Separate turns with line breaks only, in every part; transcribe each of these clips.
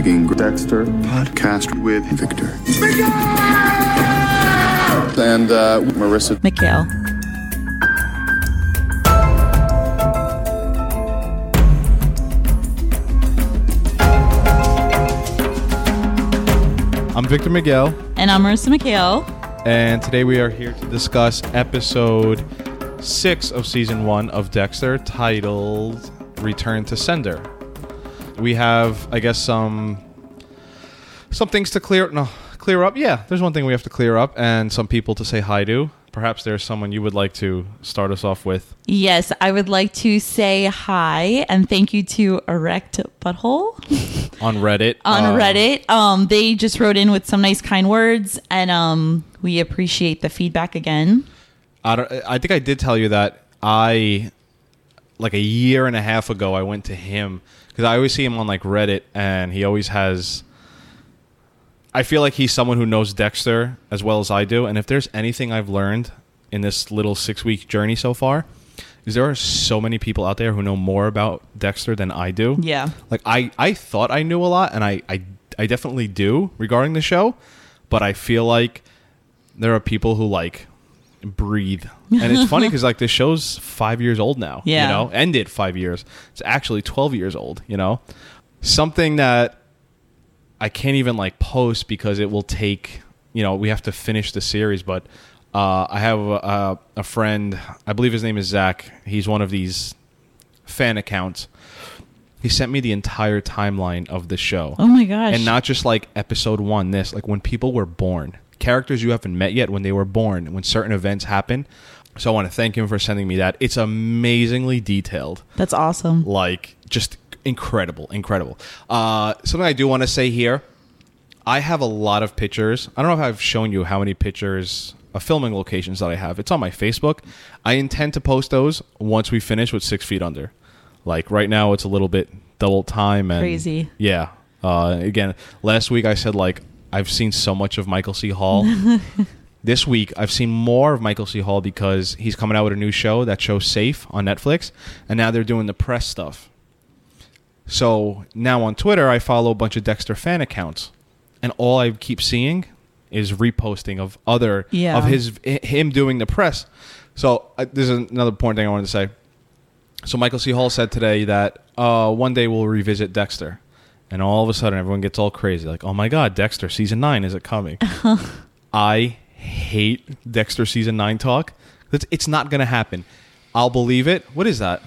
Dexter podcast with Victor and uh, Marissa.
Mikhail.
I'm Victor Miguel,
And I'm Marissa Mikhail.
and today we are here to discuss episode six of season one of Dexter, titled "Return to Sender." We have, I guess, some some things to clear no clear up. Yeah, there's one thing we have to clear up, and some people to say hi to. Perhaps there's someone you would like to start us off with.
Yes, I would like to say hi and thank you to Erect Butthole
on Reddit.
on
Um,
Reddit. Um, they just wrote in with some nice kind words and um, we appreciate the feedback again.
I don't, I think I did tell you that I like a year and a half ago I went to him because I always see him on like Reddit and he always has. I feel like he's someone who knows Dexter as well as I do, and if there's anything I've learned in this little six week journey so far, is there are so many people out there who know more about Dexter than I do.
Yeah.
Like I, I thought I knew a lot, and I, I, I definitely do regarding the show, but I feel like there are people who like breathe, and it's funny because like the show's five years old now.
Yeah.
You know, ended five years. It's actually twelve years old. You know, something that I can't even like post because it will take. You know, we have to finish the series, but. Uh, I have a, a friend, I believe his name is Zach. He's one of these fan accounts. He sent me the entire timeline of the show.
Oh my gosh.
And not just like episode one, this, like when people were born, characters you haven't met yet, when they were born, when certain events happen. So I want to thank him for sending me that. It's amazingly detailed
That's awesome.
like just incredible, incredible. Uh, something I do want to say here: I have a lot of pictures. I don't know if I've shown you how many pictures of filming locations that I have. It's on my Facebook. I intend to post those once we finish with Six Feet Under. Like right now, it's a little bit double time and
Crazy.
Yeah. Uh, again, last week I said like I've seen so much of Michael C. Hall. this week I've seen more of Michael C. Hall because he's coming out with a new show, that show Safe on Netflix, and now they're doing the press stuff. So now on Twitter I follow a bunch of Dexter fan accounts, and all I keep seeing is reposting of other
Yeah.
of his him doing the press. So uh, this is another important thing I wanted to say. So Michael C. Hall said today that uh, one day we'll revisit Dexter, and all of a sudden everyone gets all crazy, like, "Oh my God, Dexter season nine is it coming?" I hate Dexter season nine talk. It's, it's not gonna happen. I'll believe it. What is that?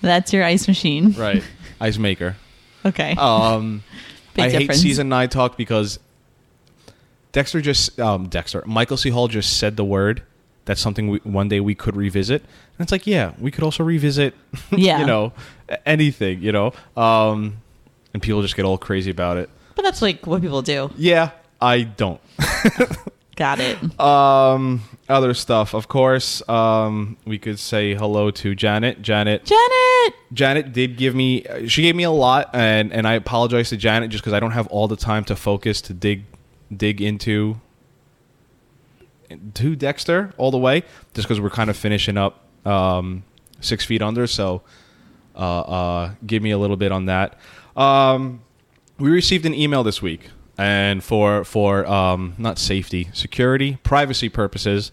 That's your ice machine.
Right, Ice Maker.
Okay.
Um,
Big
I
difference.
hate season nine talk because Dexter just um, Dexter Michael C Hall just said the word. That's something we, one day we could revisit, and it's like, yeah, we could also revisit.
Yeah.
you know, a- anything. You know, um, and people just get all crazy about it.
But that's like what people do.
Yeah, I don't.
Got it.
Um, other stuff, of course. Um, we could say hello to Janet. Janet.
Janet.
Janet did give me she gave me a lot and and I apologize to Janet just cuz I don't have all the time to focus to dig dig into to Dexter all the way just cuz we're kind of finishing up um 6 feet under so uh uh give me a little bit on that. Um we received an email this week and for for um not safety, security, privacy purposes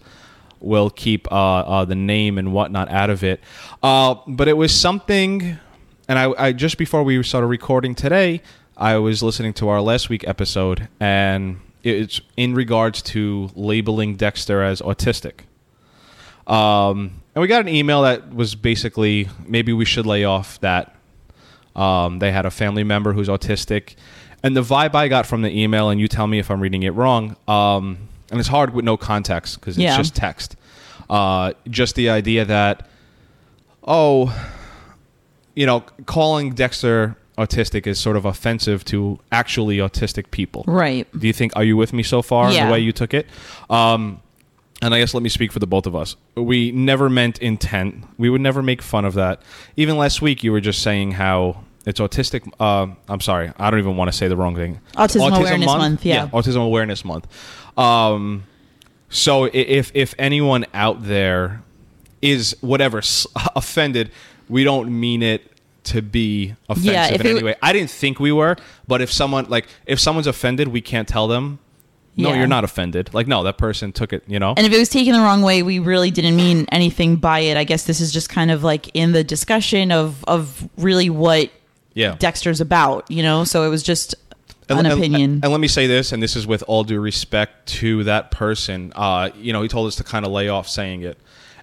we'll keep uh, uh, the name and whatnot out of it. Uh, but it was something, and I, I just before we started recording today, I was listening to our last week episode, and it's in regards to labeling Dexter as autistic. Um, and we got an email that was basically maybe we should lay off that. Um, they had a family member who's autistic, and the vibe I got from the email, and you tell me if I'm reading it wrong. Um, and it's hard with no context because
Yeah.
it's just text. Uh, just the idea that, oh, you know, calling Dexter autistic is sort of offensive to actually autistic people.
Right.
Do you think? Are you with me so far? in
Yeah.
The way you took it, um, and I guess let me speak for the both of us. We never meant intent. We would never make fun of that. Even last week, you were just saying how it's autistic. Uh, I'm sorry, I don't even want to say the wrong thing.
Autism Awareness Month, yeah.
Autism Awareness Month. Um, so i- if if anyone out there is whatever s- offended, we don't mean it to be offensive
Yeah, if it
in any
w-
way. I didn't think we were, but if someone like if someone's offended, we can't tell them. No,
Yeah.
you're not offended. Like no, that person took it. You know.
And if it was taken the wrong way, we really didn't mean anything by it. I guess this is just kind of like in the discussion of of really what
yeah.
Dexter's about, you know? So it was just
And-
an
and-
opinion.
And, let me say this, and this is with all due respect to that person. Uh, you know, he told us to kind of lay off saying it.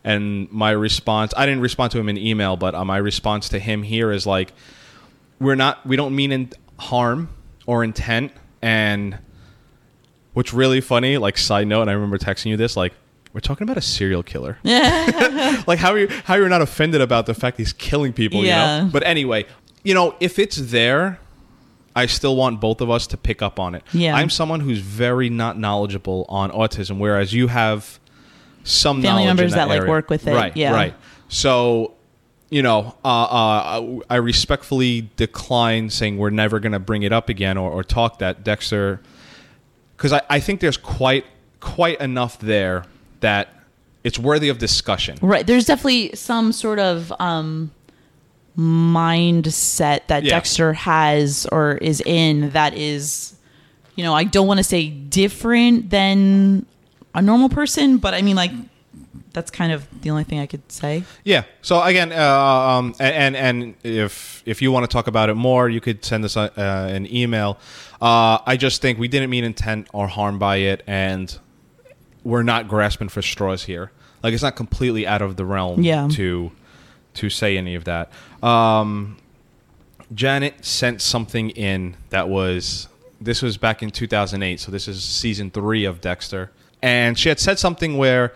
And my response, I didn't respond to him in email, but uh, my response to him here is like, we're not, we don't mean in harm or intent. And what's really funny, like side note, and I remember texting you this, like, we're talking about a serial killer. like how are you how you're not offended about the fact he's killing people, you
Yeah.
know? But anyway, you know, if it's there, I still want both of us to pick up on it.
Yeah.
I'm someone who's very not knowledgeable on autism, whereas you have some
Family
knowledge in
members
that,
that, like,
area.
work with it,
Right,
yeah.
right. So, you know, uh, uh, I respectfully decline saying we're never going to bring it up again or, or talk that Dexter, because I, I think there's quite quite enough there that it's worthy of discussion.
right. There's definitely some sort of um mindset that
Yeah.
Dexter has or is in that is you know, I don't want to say different than a normal person, but I mean like that's kind of the only thing I could say.
Yeah. So again, uh, um, a- and and if if you want to talk about it more, you could send us a, uh, an email. Uh, I just think we didn't mean intent or harm by it, and we're not grasping for straws here. Like it's not completely out of the realm
Yeah.
to to say any of that. Um, Janet sent something in that was this was back in 2008, so this is season three of Dexter, and she had said something where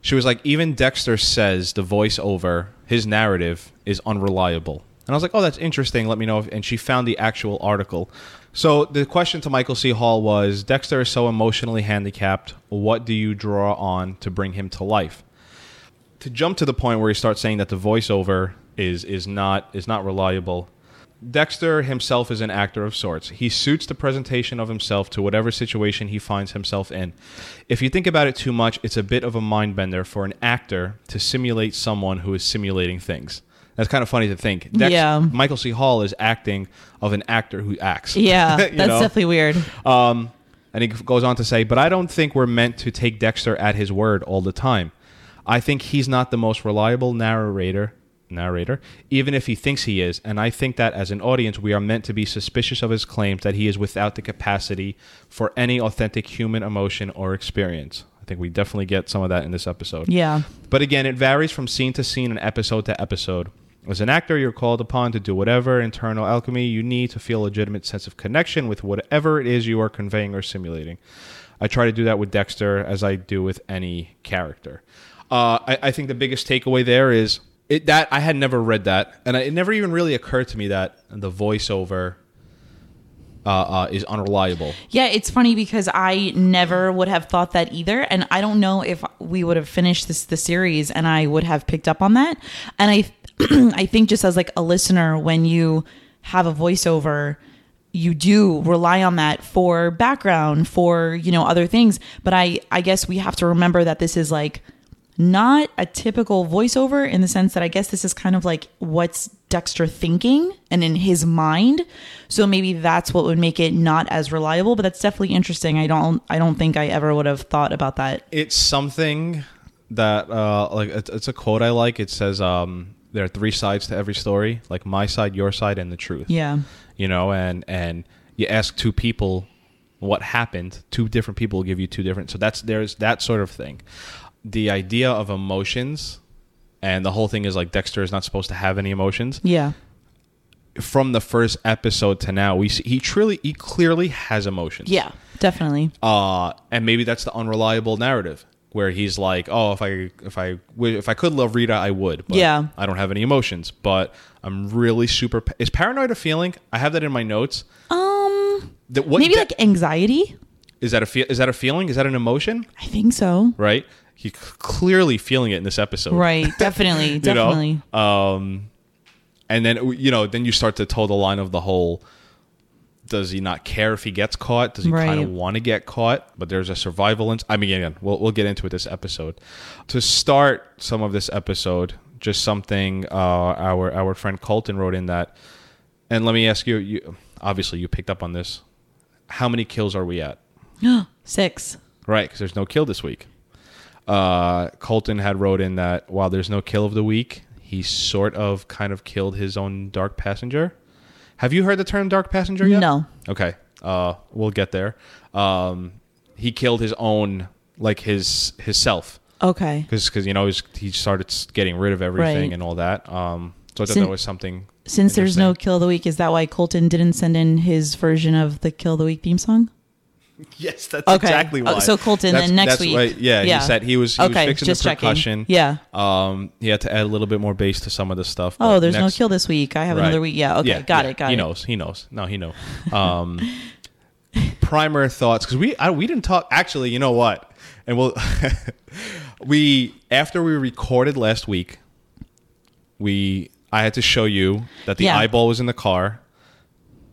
she was like, even Dexter says the voiceover, his narrative is unreliable, and I was like, oh, that's interesting. Let me know. If, and she found the actual article. So the question to Michael C. Hall was, Dexter is so emotionally handicapped. What do you draw on to bring him to life? to jump to the point where he starts saying that the voiceover is is not is not reliable. Dexter himself is an actor of sorts. He suits the presentation of himself to whatever situation he finds himself in. If you think about it too much, it's a bit of a mind bender for an actor to simulate someone who is simulating things. That's kind of funny to think. Dex-
Yeah.
Michael C. Hall is acting of an actor who acts.
Yeah, that's
You know?
definitely weird.
Um, and he goes on to say, but I don't think we're meant to take Dexter at his word all the time. I think he's not the most reliable narrator, narrator, even if he thinks he is. And I think that as an audience, we are meant to be suspicious of his claims that he is without the capacity for any authentic human emotion or experience. I think we definitely get some of that in this episode.
Yeah.
But again, it varies from scene to scene and episode to episode. As an actor, you're called upon to do whatever internal alchemy you need to feel a legitimate sense of connection with whatever it is you are conveying or simulating. I try to do that with Dexter as I do with any character. Uh, I, I think the biggest takeaway there is it, that I had never read that, and I, it never even really occurred to me that the voiceover uh, uh, is unreliable.
Yeah, it's funny because I never would have thought that either, and I don't know if we would have finished this the series and I would have picked up on that. And I, I think just as like a listener, when you have a voiceover, you do rely on that for background, for you know other things. But I, I guess we have to remember that this is like not a typical voiceover in the sense that I guess this is kind of like what's Dexter thinking and in his mind. So maybe that's what would make it not as reliable, but that's definitely interesting. I don't I don't think I ever would have thought about that.
it's something that uh like it's, it's a quote i like it says um there are three sides to every story like my side your side and the truth
Yeah.
you know and and you ask two people what happened two different people will give you two different so that's there's that sort of thing the idea of emotions and the whole thing is like dexter is not supposed to have any emotions
Yeah.
from the first episode to now we see he truly he clearly has emotions
Yeah, definitely.
uh, and maybe that's the unreliable narrative where he's like, "Oh, if I if I w- if I could love Rita, I would, but
Yeah.
I don't have any emotions, but I'm really super pa- is paranoid a feeling? I have that in my notes.
Um
That what
maybe
de-
like anxiety?
is that a fe- is that a feeling? Is that an emotion?
I think so.
Right? He's c- clearly feeling it in this episode.
Right, definitely,
You know?
definitely.
Um and then you know, then you start to toe the line of the whole does he not care if he gets caught? Does he kind
Right.
of want to get caught? But there's a survival. In- I mean, again, we'll, we'll get into it this episode. To start some of this episode, just something uh, our our friend Colton wrote in that. And let me ask you, you obviously you picked up on this. How many kills are we at? Uh,
Six.
Right, because there's no kill this week. Uh, Colton had wrote in that while there's no kill of the week, he sort of kind of killed his own dark passenger. Have you heard the term dark passenger yet?
No.
Okay. Uh, we'll get there. Um, he killed his own, like his his self,
Okay.
because you know he's, he started s- getting rid of everything
Right.
and all that. Um, so I thought
Sin-
that was something.
Since there's no
interesting.
kill of the week, is that why Colton didn't send in his version of the kill of the week theme song?
Yes, that's
Okay. exactly Oh, why. so Colton, then next week.
why- yeah,
Yeah.
he said he was he
Okay,
was fixing
just
the
checking.
percussion.
Yeah.
um, he had to add a little bit more bass to some of the stuff.
Oh,
but
there's no
next-
kill this week. I have another
Right.
week. Yeah. Okay. got
yeah.
it. Got
he
it.
knows. He knows. No, he know. Um, primer thoughts because we I, we didn't talk. Actually, you know what? And we'll we after we recorded last week, we I had to show you that the
Yeah.
eyeball was in the car,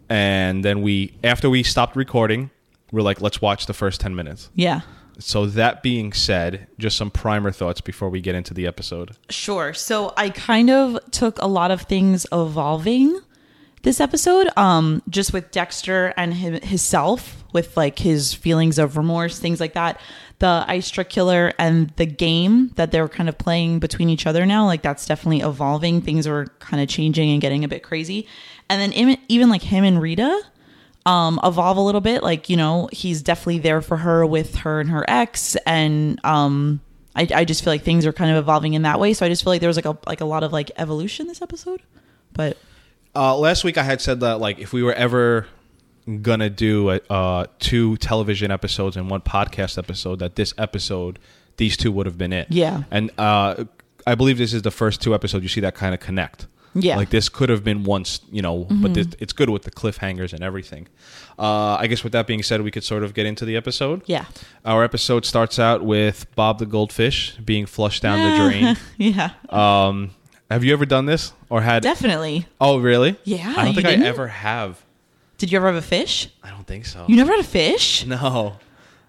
and then we after we stopped recording, we're like, let's watch the first ten minutes.
Yeah.
So that being said, just some primer thoughts before we get into the episode.
Sure. So I kind of took a lot of things evolving this episode, um, just with Dexter and him, himself, with like his feelings of remorse, things like that. The Istra killer and the game that they're kind of playing between each other now, like that's definitely evolving. Things were kind of changing and getting a bit crazy. And then even, even like him and Rita, um, evolve a little bit. Like, you know, he's definitely there for her with her and her ex. And um, I, I just feel like things are kind of evolving in that way. So I just feel like there was like a, like a lot of like evolution this episode. But
Uh, last week I had said that like if we were ever gonna do uh, two television episodes and one podcast episode, that this episode, these two would have been it.
Yeah.
And uh, I believe this is the first two episodes you see that kind of connect.
Yeah. Mm-hmm.
Like this could have been once, you know, but this, it's good with the cliffhangers and everything. Uh, I guess with that being said, we could sort of get into the episode.
Yeah.
Our episode starts out with Bob the goldfish being flushed down the drain.
yeah,
Um, have you ever done this or had?
definitely.
oh, really?
Yeah,
I
you
don't think
didn't?
I ever have.
Did you ever have a fish?
I don't think so.
You never had a fish?
no,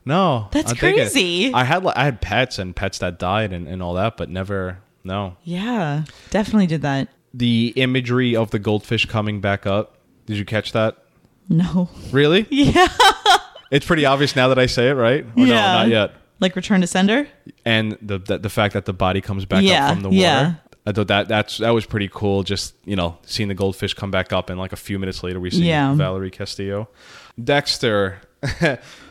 no.
That's
I'm thinking-
crazy.
I had like, I had pets and pets that died and, and all that, but never. No,
Yeah, definitely did that.
the imagery of the goldfish coming back up. Did you catch that?
No.
Really?
Yeah.
It's pretty obvious now that I say it, right? Or No,
Yeah.
not yet.
Like Return to Sender?
And the, the the fact that the body comes back
Yeah,
up from the water.
yeah.
I thought that that's that was pretty cool. Just you know, seeing the goldfish come back up, and like a few minutes later, we see
Yeah.
Valerie Castillo, Dexter.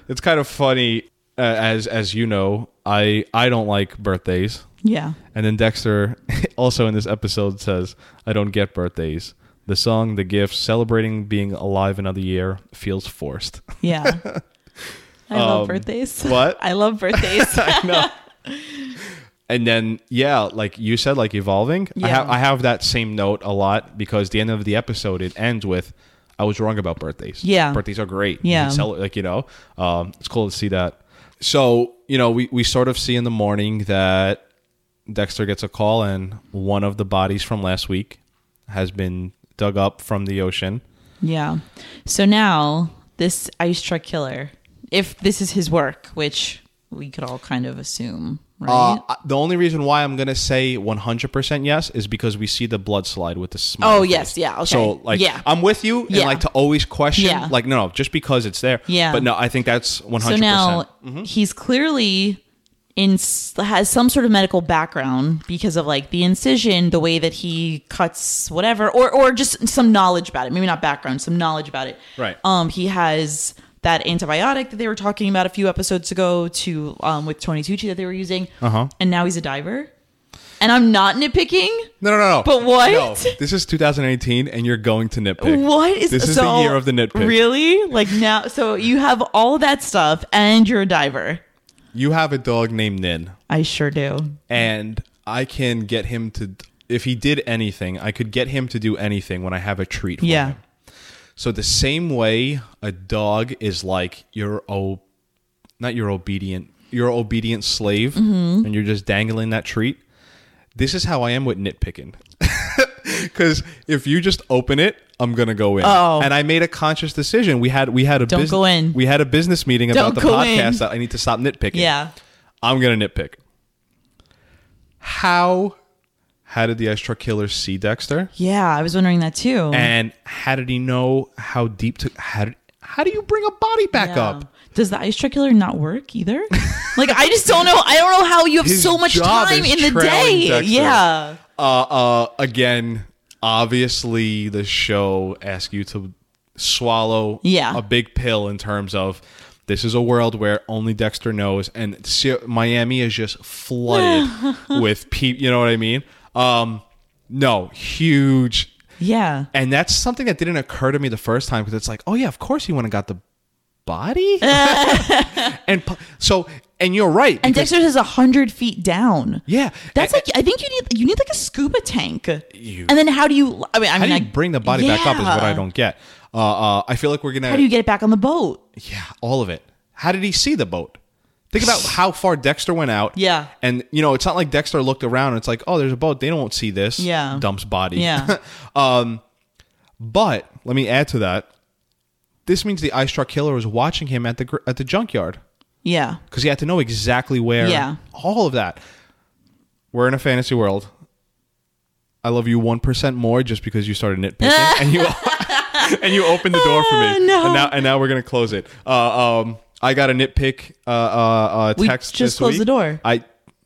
it's kind of funny, uh, as as you know, I I don't like birthdays,
Yeah.
and then Dexter also in this episode says, "I don't get birthdays." The song, the gifts, celebrating being alive another year feels forced.
Yeah. I love
Um,
birthdays.
what?
I love birthdays.
and then yeah like you said like evolving I,
Yeah.
have, I have that same note a lot because the end of the episode it ends with i was wrong about birthdays
Yeah.
birthdays are great
Yeah.
you can cele- like you know um, it's cool to see that so you know we, we sort of see in the morning that dexter gets a call and one of the bodies from last week has been dug up from the ocean
Yeah. So now this ice truck killer, if this is his work, which we could all kind of assume, right?
Uh, the only reason why I'm gonna say 100% yes is because we see the blood slide with the smile.
Oh, yes, yeah, okay.
So like,
Yeah.
I'm with you. And
Yeah.
like to always question,
Yeah.
like no, just because it's there.
Yeah.
But no, I think that's 100.
so now
Mm-hmm.
he's clearly in has some sort of medical background because of like the incision, the way that he cuts whatever, or or just some knowledge about it. Maybe not background, some knowledge about it.
Right.
Um, he has that antibiotic that they were talking about a few episodes ago to um with Tony Tucci that they were using.
Uh-huh.
And now he's a diver. And I'm not nitpicking.
No, no, no, no.
But what?
No. This is 2018, and you're going to nitpick.
What is
this? Is
so-
the year of the nitpick?
Really? Like now? So you have all that stuff, and you're a diver.
You have a dog named Nin,
I sure do.
and I can get him to. If he did anything, I could get him to do anything when I have a treat. For
Yeah.
Him. So the same way a dog is like your o, not your obedient, your obedient slave,
Mm-hmm.
and you're just dangling that treat. This is how I am with nitpicking, because if you just open it, I'm gonna go in.
Oh.
and I made a conscious decision. We had we had a
Don't
bus-
go in.
We had a business meeting about
Don't
the
go
podcast
in.
that I need to stop nitpicking.
Yeah.
I'm gonna nitpick. How how did the ice truck killer see Dexter?
Yeah, I was wondering that too.
And how did he know how deep to how did, how do you bring a body back
Yeah.
up?
Does the ice truck killer not work either? like I just don't know. I don't know how you have
His
so much
job
time
is
in the
trailing
day.
Dexter.
Yeah.
Uh uh again, obviously the show asks you to swallow
Yeah.
a big pill in terms of this is a world where only Dexter knows and Se- Miami is just flooded with people, you know what I mean? Um no, huge
Yeah.
And that's something that didn't occur to me the first time because it's like, oh yeah, of course he went and got the body. and pu- so, and you're right.
And
because-
Dexter's is a hundred feet down.
yeah,
That's
and-
like I think you need you need like a scuba tank.
You-
and then how do you? I mean, I
how
mean,
do you
like,
bring the body back up is what I
yeah.
don't get. Uh, uh, I feel like we're gonna
How do you get it back on the boat?
yeah, all of it. How did he see the boat? Think about how far Dexter went out.
Yeah.
and you know it's not like Dexter looked around and it's like, oh, there's a boat. They don't see this.
Yeah.
dumps body.
Yeah.
But let me add to that. This means the ice truck killer was watching him at the gr- at the junkyard.
yeah.
because you had to know exactly where.
Yeah.
All of that. We're in a fantasy world. I love you one percent more just because you started nitpicking and you and you opened the door for me.
Oh, no.
And now and now we're gonna close it. Uh, um, I got a nitpick uh, uh, uh,
We
text.
just
this
closed
week.
the door.
I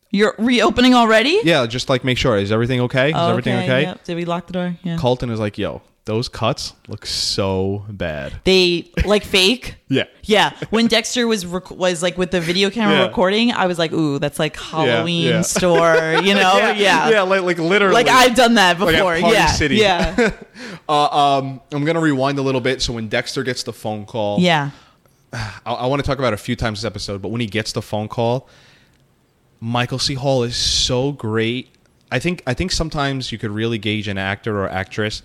You're reopening already?
yeah, just like make sure is everything okay? Is everything okay?
Oh, Yep. Did we lock the door? Yeah.
Colton is like, yo, those cuts look so bad.
They like fake.
Yeah.
Yeah. When Dexter was rec- was like with the video camera
Yeah.
recording, I was like, ooh, that's like Halloween
yeah.
store. You know? yeah.
yeah, like like literally.
Like I've done that
Like at
before.
Party
yeah.
City.
Yeah.
Um, I'm gonna rewind a little bit. So when Dexter gets the phone call,
yeah.
I, I want to talk about it a few times this episode, but when he gets the phone call, Michael C. Hall is so great. I think I think sometimes you could really gauge an actor or actress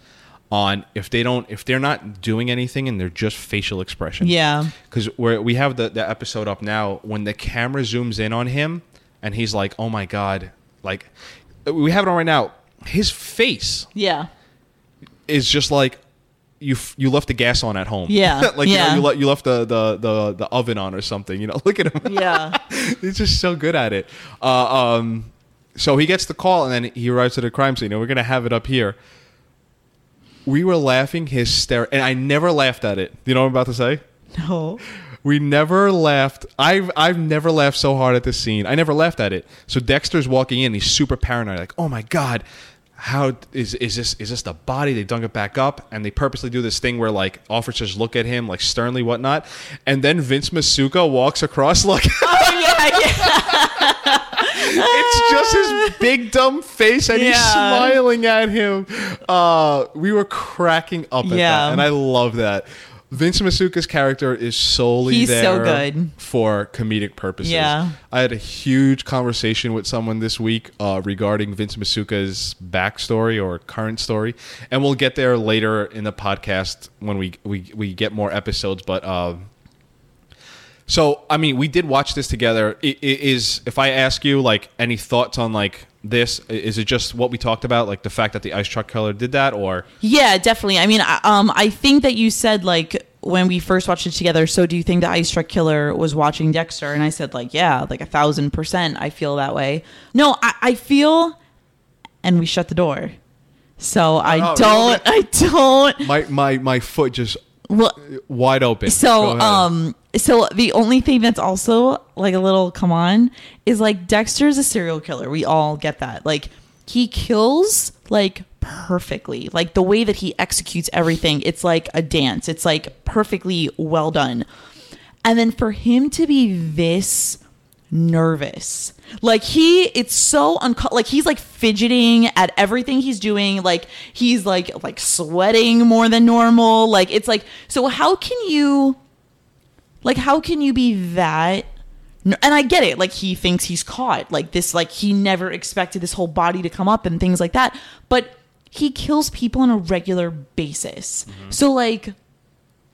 on if they don't if they're not doing anything and they're just facial expression.
Yeah.
Because we we have the, the episode up now when the camera zooms in on him and he's like, oh my god, like we have it on right now. His face
Yeah.
is just like you f- you left the gas on at home.
Yeah,
like you
yeah.
know you, le- you left the, the the the oven on or something. You know, look at him.
Yeah.
He's just so good at it. Uh, um, so he gets the call and then he arrives to the crime scene. And we're gonna have it up here. We were laughing hyster, and I never laughed at it. You know what I'm about to say?
No.
We never laughed. I've I've never laughed so hard at this scene. I never laughed at it. So Dexter's walking in. He's super paranoid. Like, oh my god, how is is this is this the body? They dug it back up, and they purposely do this thing where like officers look at him like sternly, whatnot, and then Vince Masuka walks across like
Oh yeah. Yeah.
it's just his big dumb face, and he's
Yeah.
smiling at him. Uh, we were cracking up at
Yeah.
that, and I love that. Vince Masuka's character is solely
He's
there
so good.
for comedic purposes.
Yeah.
I had a huge conversation with someone this week uh, regarding Vince Masuka's backstory or current story, and we'll get there later in the podcast when we we, we get more episodes. But um, so I mean, we did watch this together. I- i- Is if I ask you like any thoughts on like this, i- is it just what we talked about, like the fact that the ice truck killer did that, or
Yeah, definitely. I mean, I- um, I think that you said like when we first watched it together. So, do you think the Ice Truck Killer was watching Dexter? And I said like, yeah, like a thousand percent. I feel that way. No, I, I feel, and we shut the door. So I
no,
don't. I don't.
my my my foot just
Well,
wide open? Go
so
ahead.
um, so the only thing that's also like a little come on is like Dexter's a serial killer. We all get that. Like he kills like perfectly. Like the way that he executes everything, it's like a dance. It's like perfectly well done. And then for him to be this nervous. Like he it's so unco- like he's like fidgeting at everything he's doing like he's like like sweating more than normal like it's like so how can you like how can you be that ner- and I get it like he thinks he's caught like this like he never expected this whole body to come up and things like that but he kills people on a regular basis. So like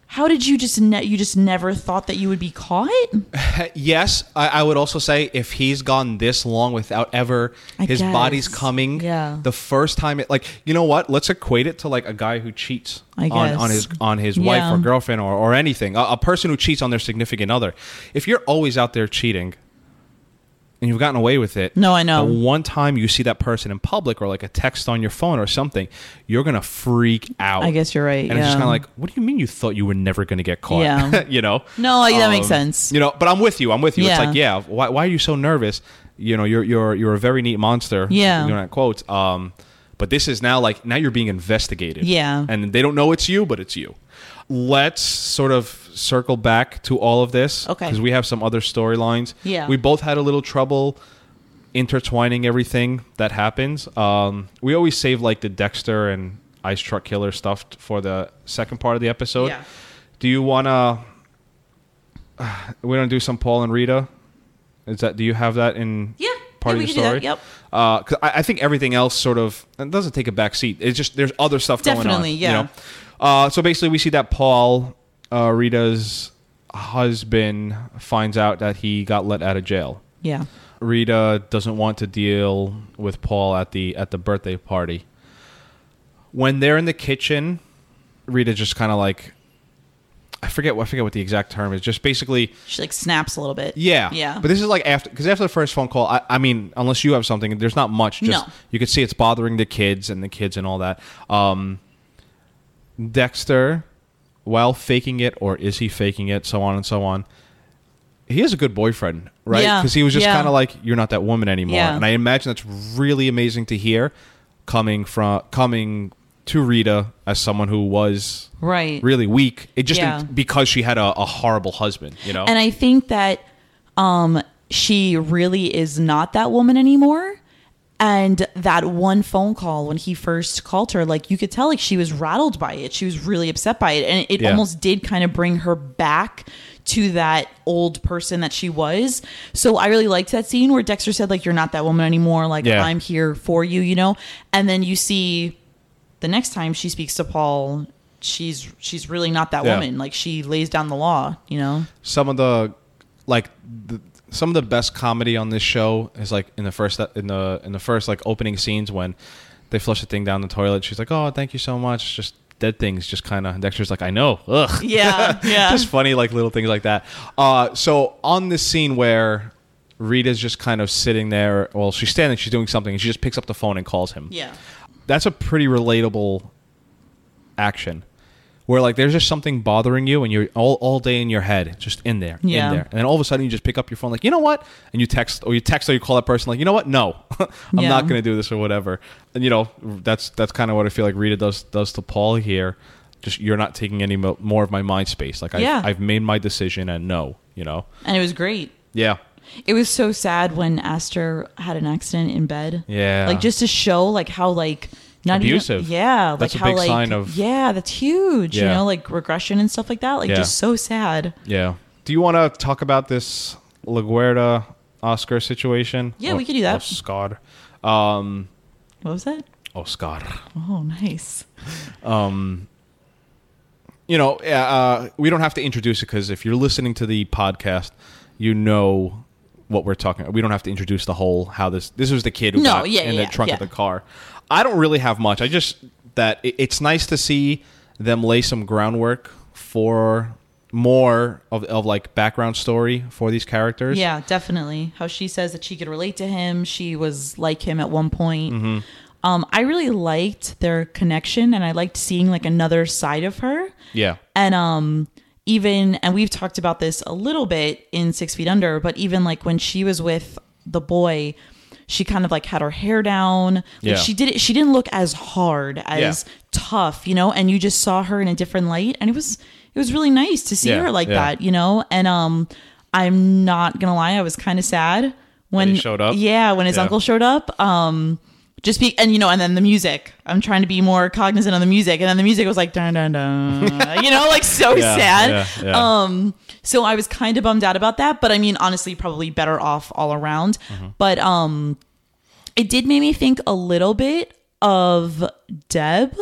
how did you just ne- you just never thought that you would be caught?
yes, I, I would also say if he's gone this long without ever
I
his
guess.
body's coming,
Yeah.
the first time it like you know what? Let's equate it to like a guy who cheats
I
on
guess.
on his on his wife
Yeah.
or girlfriend or, or anything. A, a person who cheats on their significant other. If you're always out there cheating and you've gotten away with it.
No, I know.
The one time you see that person in public or like a text on your phone or something, you're going to freak out.
I guess you're right,
And it's just
yeah.
kind of like, what do you mean you thought you were never going to get caught?
Yeah.
you know? Um,
No, like, that makes sense.
You know, but I'm with you. I'm with you. It's
Yeah.
like, yeah, why, why are you so nervous? You know, you're, you're, you're a very neat monster.
Yeah.
You know, quotes. Um, but this is now like, now you're being investigated.
Yeah.
And they don't know it's you, but it's you. Let's sort of circle back to all of this.
Okay.
Because we have some other storylines.
Yeah.
We both had a little trouble intertwining everything that happens. Um, we always save like the Dexter and Ice Truck Killer stuff t- for the second part of the episode.
Yeah.
Do you want to? We're gonna do some Paul and Rita. Is that? Do you have that in?
Yeah.
Part
Yeah,
of
we can
your
do that.
story.
Yep.
Uh, 'cause I, I think everything else sort of it doesn't take a back seat. It's just there's other stuff going on.
Definitely,
you
yeah.
know? Uh, so basically, we see that Paul, uh, Rita's husband, finds out that he got let out of jail.
Yeah.
Rita doesn't want to deal with Paul at the at the birthday party. When they're in the kitchen, Rita just kind of like I forget what I forget what the exact term is. Just basically,
She like snaps a little bit.
yeah,
Yeah.
But this is like after because after the first phone call, I, I mean, unless you have something, there's not much. Just
No.
you could see it's bothering the kids and the kids and all that. Um, Dexter, while faking it or is he faking it, so on and so on. He is a good boyfriend, right?
Yeah,
Because he was just
yeah.
kind of like, "You're not that woman anymore,"
Yeah.
and I imagine that's really amazing to hear coming from coming to Rita as someone who was
Right.
really weak. It just
Yeah.
because she had a, a horrible husband, you know.
And I think that um she really is not that woman anymore. And that one phone call when he first called her, like you could tell like she was rattled by it. She was really upset by it. And it
Yeah.
almost did kind of bring her back to that old person that she was. So I really liked that scene where Dexter said, like, you're not that woman anymore, like
Yeah.
I'm here for you, you know? And then you see the next time she speaks to Paul, she's she's really not that
Yeah.
woman. Like she lays down the law, you know?
some of the like the, some of the best comedy on this show is like in the first in the in the first like opening scenes when they flush the thing down the toilet. She's like, "Oh, thank you so much." Just dead things, just kind of. Dexter's like, "I know." Ugh.
Yeah, yeah.
just funny like little things like that. Uh, so on this scene where Rita's just kind of sitting there, well, she's standing, she's doing something, and she just picks up the phone and calls him.
Yeah.
that's a pretty relatable action where like there's just something bothering you and you're all, all day in your head just in there
Yeah.
in there and then all of a sudden you just pick up your phone like you know what and you text or you text or you call that person like you know what no i'm
Yeah.
not going to do this or whatever and you know that's that's kind of what i feel like rita does does to paul here just you're not taking any mo- more of my mind space like I've,
Yeah.
I've made my decision and no you know
And it was great.
yeah
It was so sad when Aster had an accident in bed.
Yeah.
Like just to show like how like not even-
Abusive.
yeah. Like
That's a
how
big
like
sign of-
Yeah, that's huge. You
Yeah.
know, like regression and stuff like that. Like
Yeah.
just so sad.
yeah do you want to talk about this laguerta oscar situation
Yeah,
Or-
we could do that.
or Scott. um
What was that?
Oscar.
Oh, nice.
You know, uh, uh, we don't have to introduce it because if you're listening to the podcast, you know what we're talking. We don't have to introduce the whole how this. This was the kid who
No,
got
yeah,
in
yeah,
the trunk of
yeah.
the car. I don't really have much. I just that it, it's nice to see them lay some groundwork for more of, of like background story for these characters.
Yeah, definitely. How she says that she could relate to him. She was like him at one point.
Mm-hmm.
Um, I really liked their connection and I liked seeing like another side of her.
Yeah.
And um even and we've talked about this a little bit in Six Feet Under, but even like when she was with the boy, she kind of like had her hair down. Like
Yeah.
she did it she didn't look as hard, as
Yeah.
tough, you know, and you just saw her in a different light and it was it was really nice to see
Yeah,
her like
yeah.
that, you know? And um I'm not gonna lie, I was kinda sad when
he showed up?
Yeah, when his
Yeah.
uncle showed up. Um just be and you know and then the music i'm trying to be more cognizant of the music and then the music was like dun dun dun you know like so
Yeah,
sad
yeah, yeah.
um so i was kind of bummed out about that but i mean honestly probably better off all around
Mm-hmm.
but um it did make me think a little bit of deb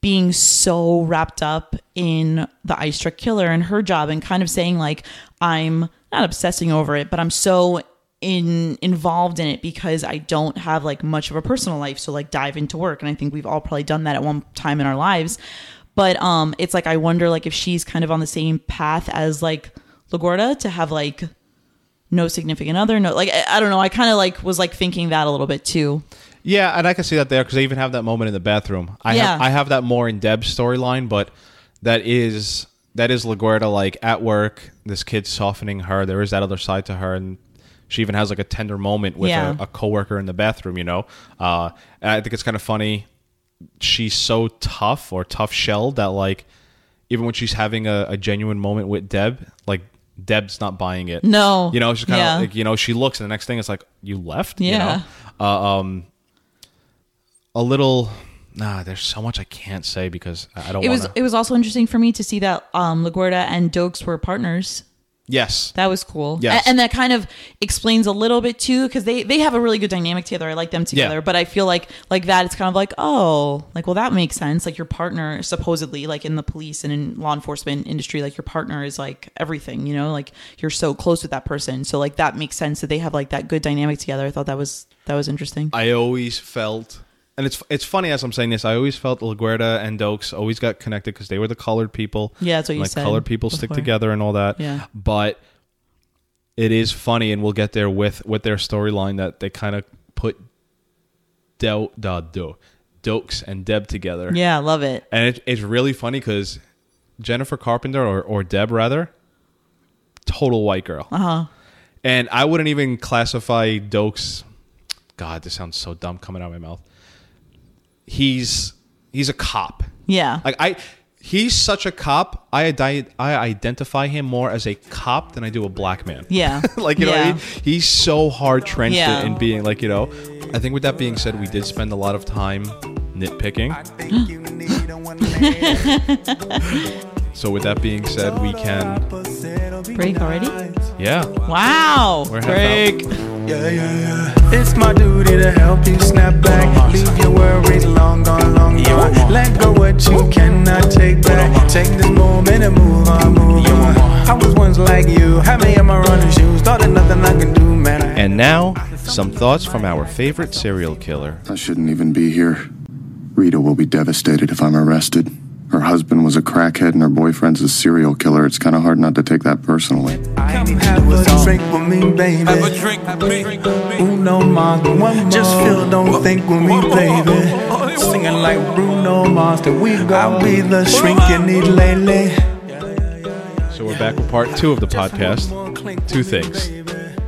being so wrapped up in the ice truck killer and her job and kind of saying like i'm not obsessing over it but i'm so in involved in it because i don't have like much of a personal life so like dive into work and i think we've all probably done that at one time in our lives but um it's like i wonder like if she's kind of on the same path as like lagorda to have like no significant other, no like I, I don't know. I kind of like was like thinking that a little bit too.
Yeah, and I can see that there because they even have that moment in the bathroom. I have,
Yeah.
I have that more in Deb's storyline, but that is that is Laguardia like at work. This kid's softening her. There is that other side to her, and she even has like a tender moment with
Yeah.
a, a coworker in the bathroom. You know, uh, and I think it's kind of funny. She's so tough or tough shelled that like even when she's having a, a genuine moment with Deb, like Deb's not buying it.
No.
you know she's kind of
Yeah.
like you know she looks and the next thing it's like you left. you
Yeah.
know? Uh, um, a little. Nah, there's so much I can't say because I I don't.
It was
wanna,
it was also interesting for me to see that um, Laguardia and Dokes were partners.
yes.
That was cool.
Yes.
A- And that kind of explains a little bit too, because they, they have a really good dynamic together. I like them together.
Yeah.
But I feel like like that it's kind of like, oh, like well that makes sense. Like your partner supposedly, like in the police and in law enforcement industry, like your partner is like everything, you know, like you're so close with that person. So like that makes sense that they have like that good dynamic together. I thought that was that was interesting.
I always felt, and it's it's funny as I'm saying this. I always felt LaGuardia and Dokes always got connected because they were the colored people.
Yeah, that's what you
like,
said
Colored people stick
before.
together and all that.
Yeah.
but it is funny, and we'll get there with with their storyline that they kind of put Del da do Dokes and Deb together.
yeah, I love it.
And it, it's really funny because Jennifer Carpenter or, or Deb rather, total white girl.
Uh huh.
And I wouldn't even classify Dokes. God, this sounds so dumb coming out of my mouth. He's he's a cop.
Yeah.
Like I, he's such a cop. I adi- I identify him more as a cop than I do a black man.
Yeah.
like you know, what I
Yeah.
mean? he's so hard trenched
Yeah.
in being like you know. I think with that being said, we did spend a lot of time nitpicking.
think you need a one man.
So with that being said, we can
Break
Break
already?
yeah.
wow.
We're
Break.
half out.
Yeah, yeah, yeah. It's my duty to help you snap back. Leave your worries long gone, long gone. Let go what you cannot take back. Take this moment and move on, move on. I was once like you. Had me in my running shoes. Thought there's nothing I can do, man. I
And now some thoughts from our favorite serial killer.
I shouldn't even be here. Rita will be devastated if I'm arrested. Her husband was a crackhead and her boyfriend's a serial killer. It's kind of hard not to take that personally.
Come have a drink with me, baby. Have a drink with me. Uno Mars, one more. Just feel, don't think with me, baby. Singing like Bruno Mars, that we go. I'll be the shrink you need lately.
So we're back with part two of the podcast. Two things.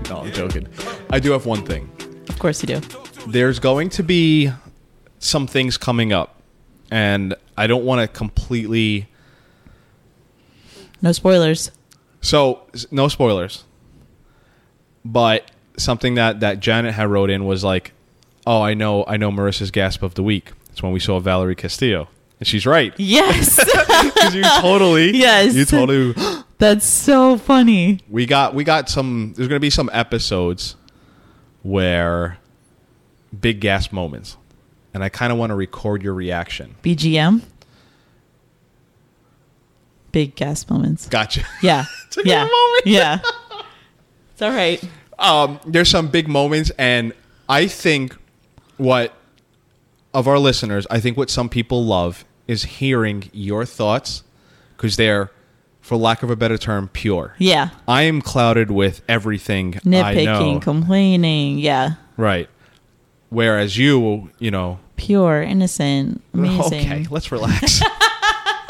No, I'm joking. I do have one thing.
Of course you do.
There's going to be some things coming up, and I don't want to completely.
No spoilers.
So s- no spoilers, but something that that Janet had wrote in was like, "Oh, I know, I know Marissa's gasp of the week. It's when we saw Valerie Castillo, and she's right
Yes.
'Cause you totally,
Yes.
you totally."
That's so funny.
we got we got some there's going to be some episodes where big gas moments and i kind of want to record your reaction
BGM. Big gasp moments.
gotcha
Yeah.
Took me a
yeah.
moment.
Yeah. It's all right.
um there's some big moments and i think what of our listeners i think what some people love is hearing your thoughts because they're for lack of a better term pure
Yeah.
i am clouded with everything i know
Nitpicking, complaining. Yeah.
right whereas you you know
Pure, innocent, amazing.
Okay, let's relax.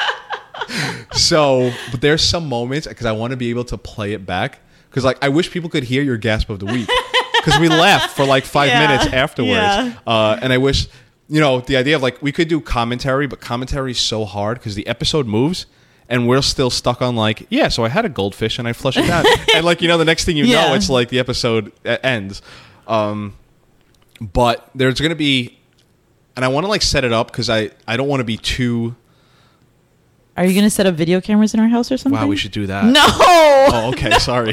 so, but there's some moments because I want to be able to play it back because, like, I wish people could hear your gasp of the week because we laughed for like five
Yeah,
minutes afterwards,
yeah.
uh, and I wish. You know, the idea of like we could do commentary, but commentary is so hard because the episode moves and we're still stuck on like, yeah, so I had a goldfish and I flushed it out. and like, you know, the next thing you know,
Yeah.
it's like the episode uh, ends. Um, but there's going to be and I want to like set it up because I I don't want to be too.
Are you gonna set up video cameras in our house or something?
Wow, we should do that.
No.
Oh, okay. Sorry.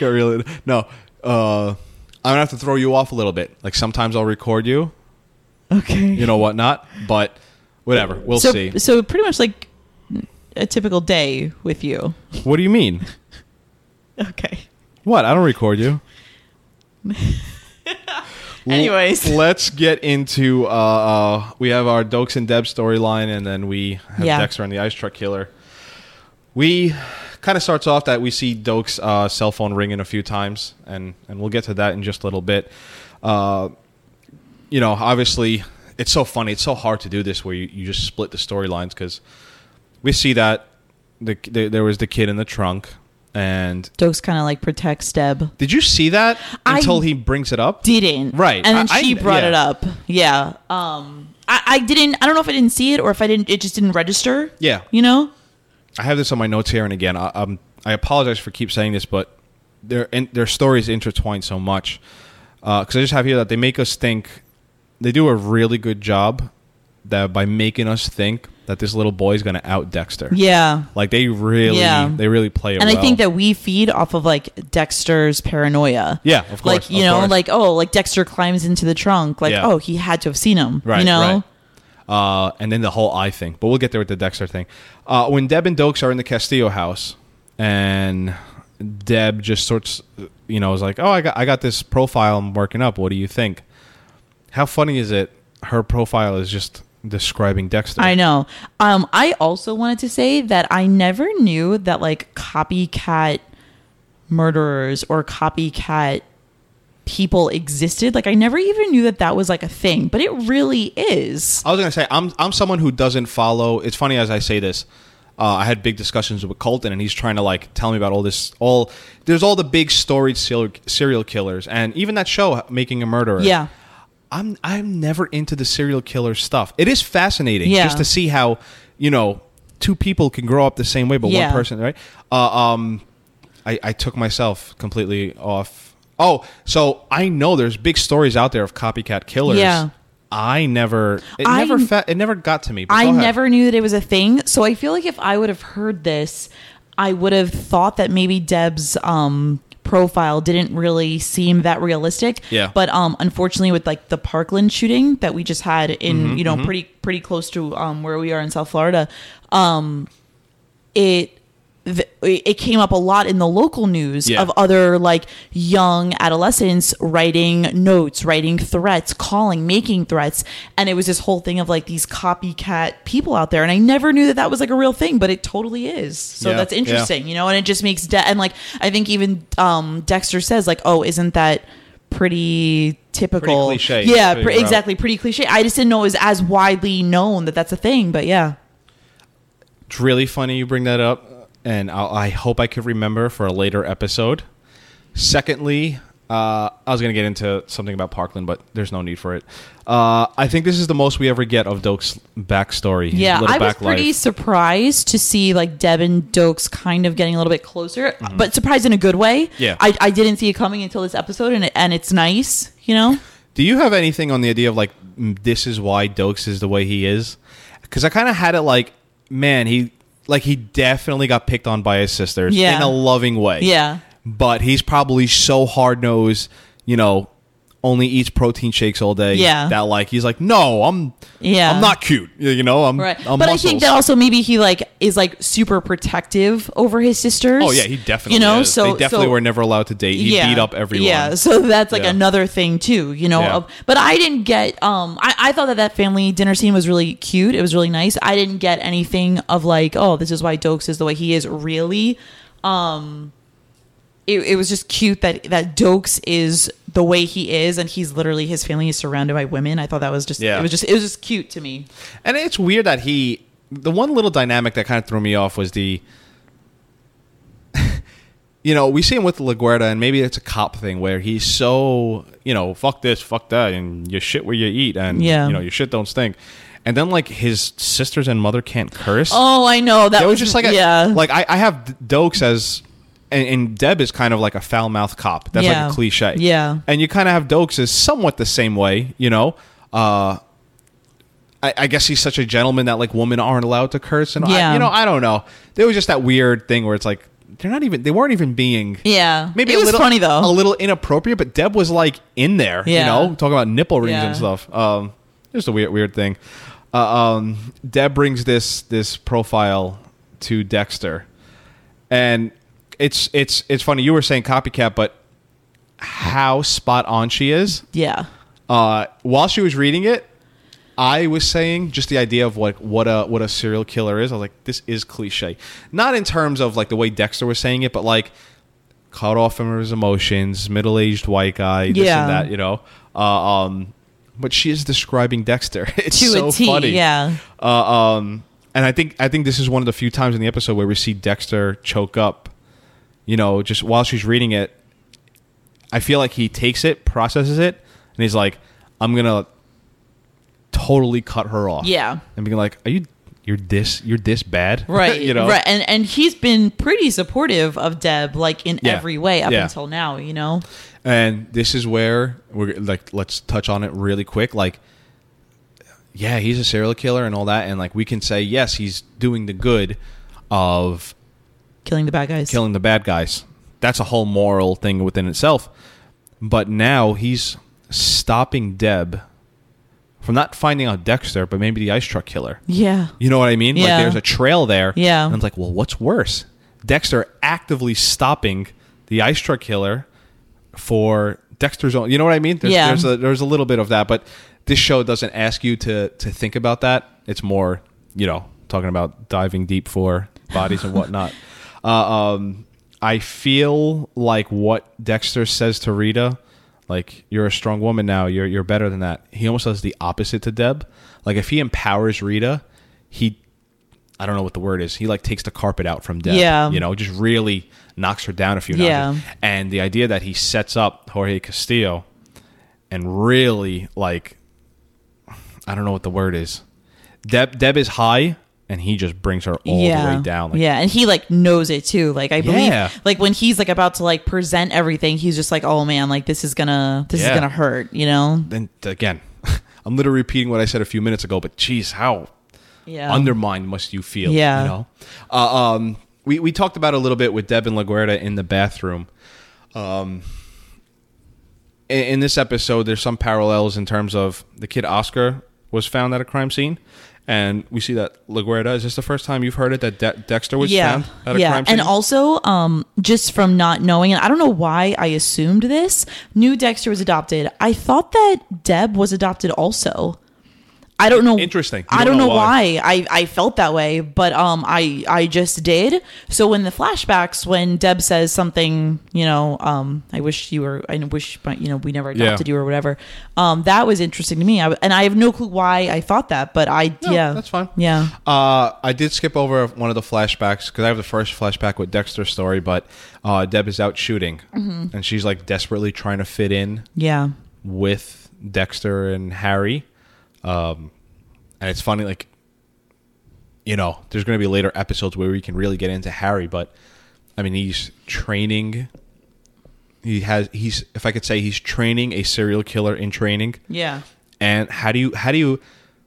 Got really no. Uh, I'm gonna have to throw you off a little bit. Like sometimes I'll record you,
Okay.
you know whatnot, but whatever. We'll
so,
see.
so pretty much like a typical day with you.
What do you mean?
Okay.
What? I don't record you. L-
Anyways.
let's get into uh, uh, we have our Dokes and Deb storyline, and then we have
Yeah.
Dexter and the Ice Truck Killer. we kind of starts off that we see Doak's uh, cell phone ringing a few times, and and we'll get to that in just a little bit. Uh, you know, obviously, it's so funny. It's so hard to do this where you, you just split the storylines because we see that the, the there was the kid in the trunk, and
Dokes kind of like protects Deb.
did you see that
I
until he brings it up?
Didn't
Right.
and then
I- I-
she brought
yeah.
it up. Yeah. Um, I, I didn't. I don't know if I didn't see it or if I didn't. It just didn't register.
Yeah.
You know.
I have this on my notes here, and again, I, um, I apologize for keep saying this, but their in, their stories intertwine so much. Because I just have here that they make us think. They do a really good job that by making us think that this little boy is going to out Dexter.
Yeah.
Like they really,
Yeah.
they really play it.
And I
well.
think that we feed off of like Dexter's paranoia.
Yeah, of course,
Like you
of
know,
course.
like oh, like Dexter climbs into the trunk. Like
Yeah.
oh, he had to have seen him.
Right.
You know.
right. Uh, and then the whole eye thing. But we'll get there with the Dexter thing. Uh, when Deb and Dokes are in the Castillo house, and Deb just sorts, you know, is like, "Oh, I got, I got this profile I'm working up. What do you think?" How funny is it? Her profile is just describing Dexter.
I know. Um, I also wanted to say that I never knew that like copycat murderers or copycat people existed. Like I never even knew that that was like a thing, but it really is.
I was gonna say I'm I'm someone who doesn't follow. It's funny as I say this. Uh, I had big discussions with Colton, and he's trying to like tell me about all this. All there's all the big storied serial, serial killers, and even that show, Making a Murderer.
Yeah.
I'm I'm never into the serial killer stuff. It is fascinating
Yeah.
just to see how you know two people can grow up the same way, but
Yeah.
one person, right? Uh, um, I, I took myself completely off. Oh, so I know there's big stories out there of copycat killers.
Yeah.
I never it
I-
never fa- it never got to me. but
I
go ahead.
never knew that it was a thing. So I feel like if I would have heard this, I would have thought that maybe Deb's um profile didn't really seem that realistic.
Yeah.
But um unfortunately with like the Parkland shooting that we just had in,
Mm-hmm,
you know, pretty pretty close to um where we are in South Florida, um it th- it came up a lot in the local news
Yeah.
of other like young adolescents writing notes, writing threats, calling, making threats, and it was this whole thing of like these copycat people out there. And I never knew that that was like a real thing, but it totally is. So
Yeah,
that's
yeah.
interesting, you know. And it just makes de- and like I think even um, Dexter says like, oh, isn't that pretty typical?
cliche,
yeah,
pretty
pre-
route.
exactly, pretty cliche. I just didn't know it was as widely known that that's a thing, but yeah.
It's really funny you bring that up, and I'll, I hope I could remember for a later episode. Secondly, uh, I was going to get into something about Parkland, but there's no need for it. Uh, I think this is the most we ever get of Doak's backstory. his
Yeah,
little
I was
back
pretty
life.
surprised to see like Deb and Dokes kind of getting a little bit closer, but surprised in a good way.
Mm-hmm. Yeah.
I, I didn't see it coming until this episode, and it, and it's nice, you know.
Do you have anything on the idea of like mm, this is why Dokes is the way he is? Because I kind of had it like, man, he like he definitely got picked on by his sisters
Yeah.
in a loving way.
Yeah.
but he's probably so hard nosed, you know, only eats protein shakes all day.
Yeah.
that like he's like, no, I'm
Yeah.
I'm not cute. You know, I'm
Right,
I'm
but I
muscles.
think that also maybe he like is like super protective over his sisters.
Oh yeah, he definitely.
You know,
is.
so
they definitely
so,
were never allowed to date. He beat up everyone.
Yeah, so that's like
Yeah.
another thing too, you know.
Yeah.
Of, but I didn't get. Um, I, I thought that that family dinner scene was really cute. It was really nice. I didn't get anything of like, oh, this is why Dokes is the way he is. Really, um, it, it was just cute that that Dokes is the way he is, and he's literally his family is surrounded by women. I thought that was just.
Yeah.
It was just. It was just cute to me.
And it's weird that he. The one little dynamic that kind of threw me off was the. you know, we see him with LaGuardia, and maybe it's a cop thing where he's so, you know, fuck this, fuck that, and you shit where you eat, and,
Yeah.
you know, your shit don't stink. And then, like, his sisters and mother can't curse.
Oh, I know that
It
was,
was just like, a,
yeah,
like I, I have Dokes as, and, and Deb is kind of like a foul mouthed cop. That's
Yeah.
like a cliche.
Yeah.
And you kind of have Dokes as somewhat the same way, you know. Uh, I, I guess he's such a gentleman that like women aren't allowed to curse, and I,
Yeah.
you know, I don't know. There was just that weird thing where it's like they're not even, they weren't even being.
yeah.
Maybe
it
a
was
little
funny though.
a little inappropriate, but Deb was like in there,
Yeah.
you know, talking about nipple rings
Yeah.
and stuff. Um, just a weird, weird thing. Uh, um, Deb brings this this profile to Dexter, and it's it's it's funny. You were saying copycat, but how spot on she is.
yeah.
Uh, while she was reading it, I was saying just the idea of like what a what a serial killer is. I was like, this is cliche, not in terms of like the way Dexter was saying it, but like cut off from his emotions, middle aged white guy, this
Yeah.
and that, you know. Uh, um, but she is describing Dexter. It's
To a
so
T,
funny,
yeah.
Uh, um, and I think I think this is one of the few times in the episode where we see Dexter choke up. You know, just while she's reading it, I feel like he takes it, processes it, and he's like, "I'm gonna totally cut her off."
Yeah.
and being like, "Are you? You're this? You're this bad?"
Right.
you know.
Right. And and he's been pretty supportive of Deb, like in
Yeah.
every way up
Yeah.
until now. You know.
And this is where we're like, let's touch on it really quick. Like, yeah, he's a serial killer and all that, and like we can say, yes, he's doing the good of
Killing the bad guys.
killing the bad guys. That's a whole moral thing within itself. But now he's stopping Deb from not finding out Dexter, but maybe the ice truck killer.
Yeah.
You know what I mean?
Yeah.
Like there's a trail there.
Yeah.
And it's like, well, what's worse? Dexter actively stopping the ice truck killer for Dexter's own. You know what I mean? There's,
Yeah.
There's a, there's a little bit of that, but this show doesn't ask you to to think about that. It's more, you know, talking about diving deep for bodies and whatnot. uh, um, I feel like what Dexter says to Rita, like you're a strong woman now, you're you're better than that. He almost does the opposite to Deb. Like if he empowers Rita, he I don't know what the word is. He like takes the carpet out from Deb.
Yeah.
You know, just really knocks her down a few
Yeah.
notches. And the idea that he sets up Jorge Castillo and really like I don't know what the word is. Deb Deb is high and he just brings her all the way down. Like,
yeah, and he like knows it too. Like I
Yeah.
believe, like when he's like about to like present everything, he's just like, "Oh man, like this is gonna, this
Yeah.
is gonna hurt," you know?
Then again, I'm literally repeating what I said a few minutes ago, but geez, how
Yeah.
undermined must you feel?
Oh. Yeah.
You know? Uh, um, we, we talked about it a little bit with Deb and LaGuardia in the bathroom. in, in this episode, there's some parallels in terms of the kid Oscar was found at a crime scene, and we see that LaGuardia. Is this the first time you've heard it that De- Dexter was
yeah,
found at a
yeah,
crime scene?
and also, um, just from not knowing, and I don't know why I assumed this. Knew Dexter was adopted. I thought that Deb was adopted also. I don't know.
Interesting. You
I don't know, why. I, I felt that way, but um, I I just did. So when the flashbacks, when Deb says something, you know, um, I wish you were, I wish, my, you know, we never
Yeah.
adopted you or whatever. Um, that was interesting to me, I, and I have no clue why I thought that, but I
No,
yeah,
that's fine.
Yeah,
Uh, I did skip over one of the flashbacks because I have the first flashback with Dexter's story, but uh, Deb is out shooting, and she's like desperately trying to fit in
yeah,
with Dexter and Harry. Um, and it's funny, like, you know, there's going to be later episodes where we can really get into Harry, but I mean, he's training. He has, he's, if I could say, he's training a serial killer in training.
yeah,
And how do you, how do you,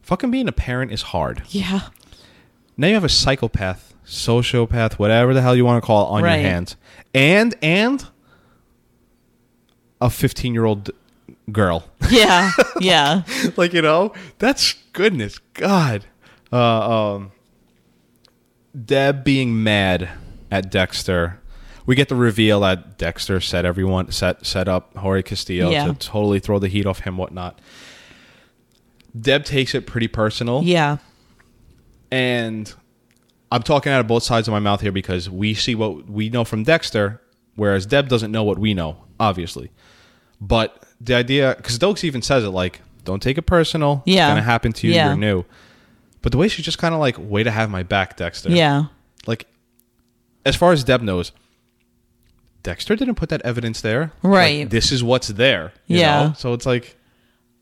fucking being a parent is hard.
yeah,
Now you have a psychopath, sociopath, whatever the hell you want to call it, on
Right.
your hands, and and a 15 year old girl.
yeah, yeah.
like you know that's goodness god uh, um, deb being mad at dexter we get the reveal that dexter set everyone set set up jorge castillo
Yeah.
to totally throw the heat off him whatnot deb takes it pretty personal
Yeah.
and i'm talking out of both sides of my mouth here because we see what we know from dexter whereas deb doesn't know what we know obviously but the idea, because Dokes even says it, like, don't take it personal.
Yeah.
It's going to happen to you.
Yeah.
You're new. But the way she's just kind of like, way to have my back, Dexter.
Yeah.
Like, as far as Deb knows, Dexter didn't put that evidence there. Like,
Right.
this is what's there. you
Yeah.
know? So it's like,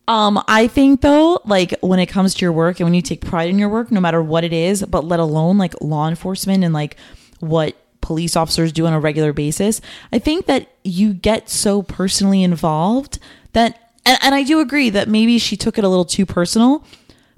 Um, I think though, like when it comes to your work and when you take pride in your work, no matter what it is, but let alone like law enforcement and like what police officers do on a regular basis, I think that you get so personally involved that, and, and I do agree that maybe she took it a little too personal,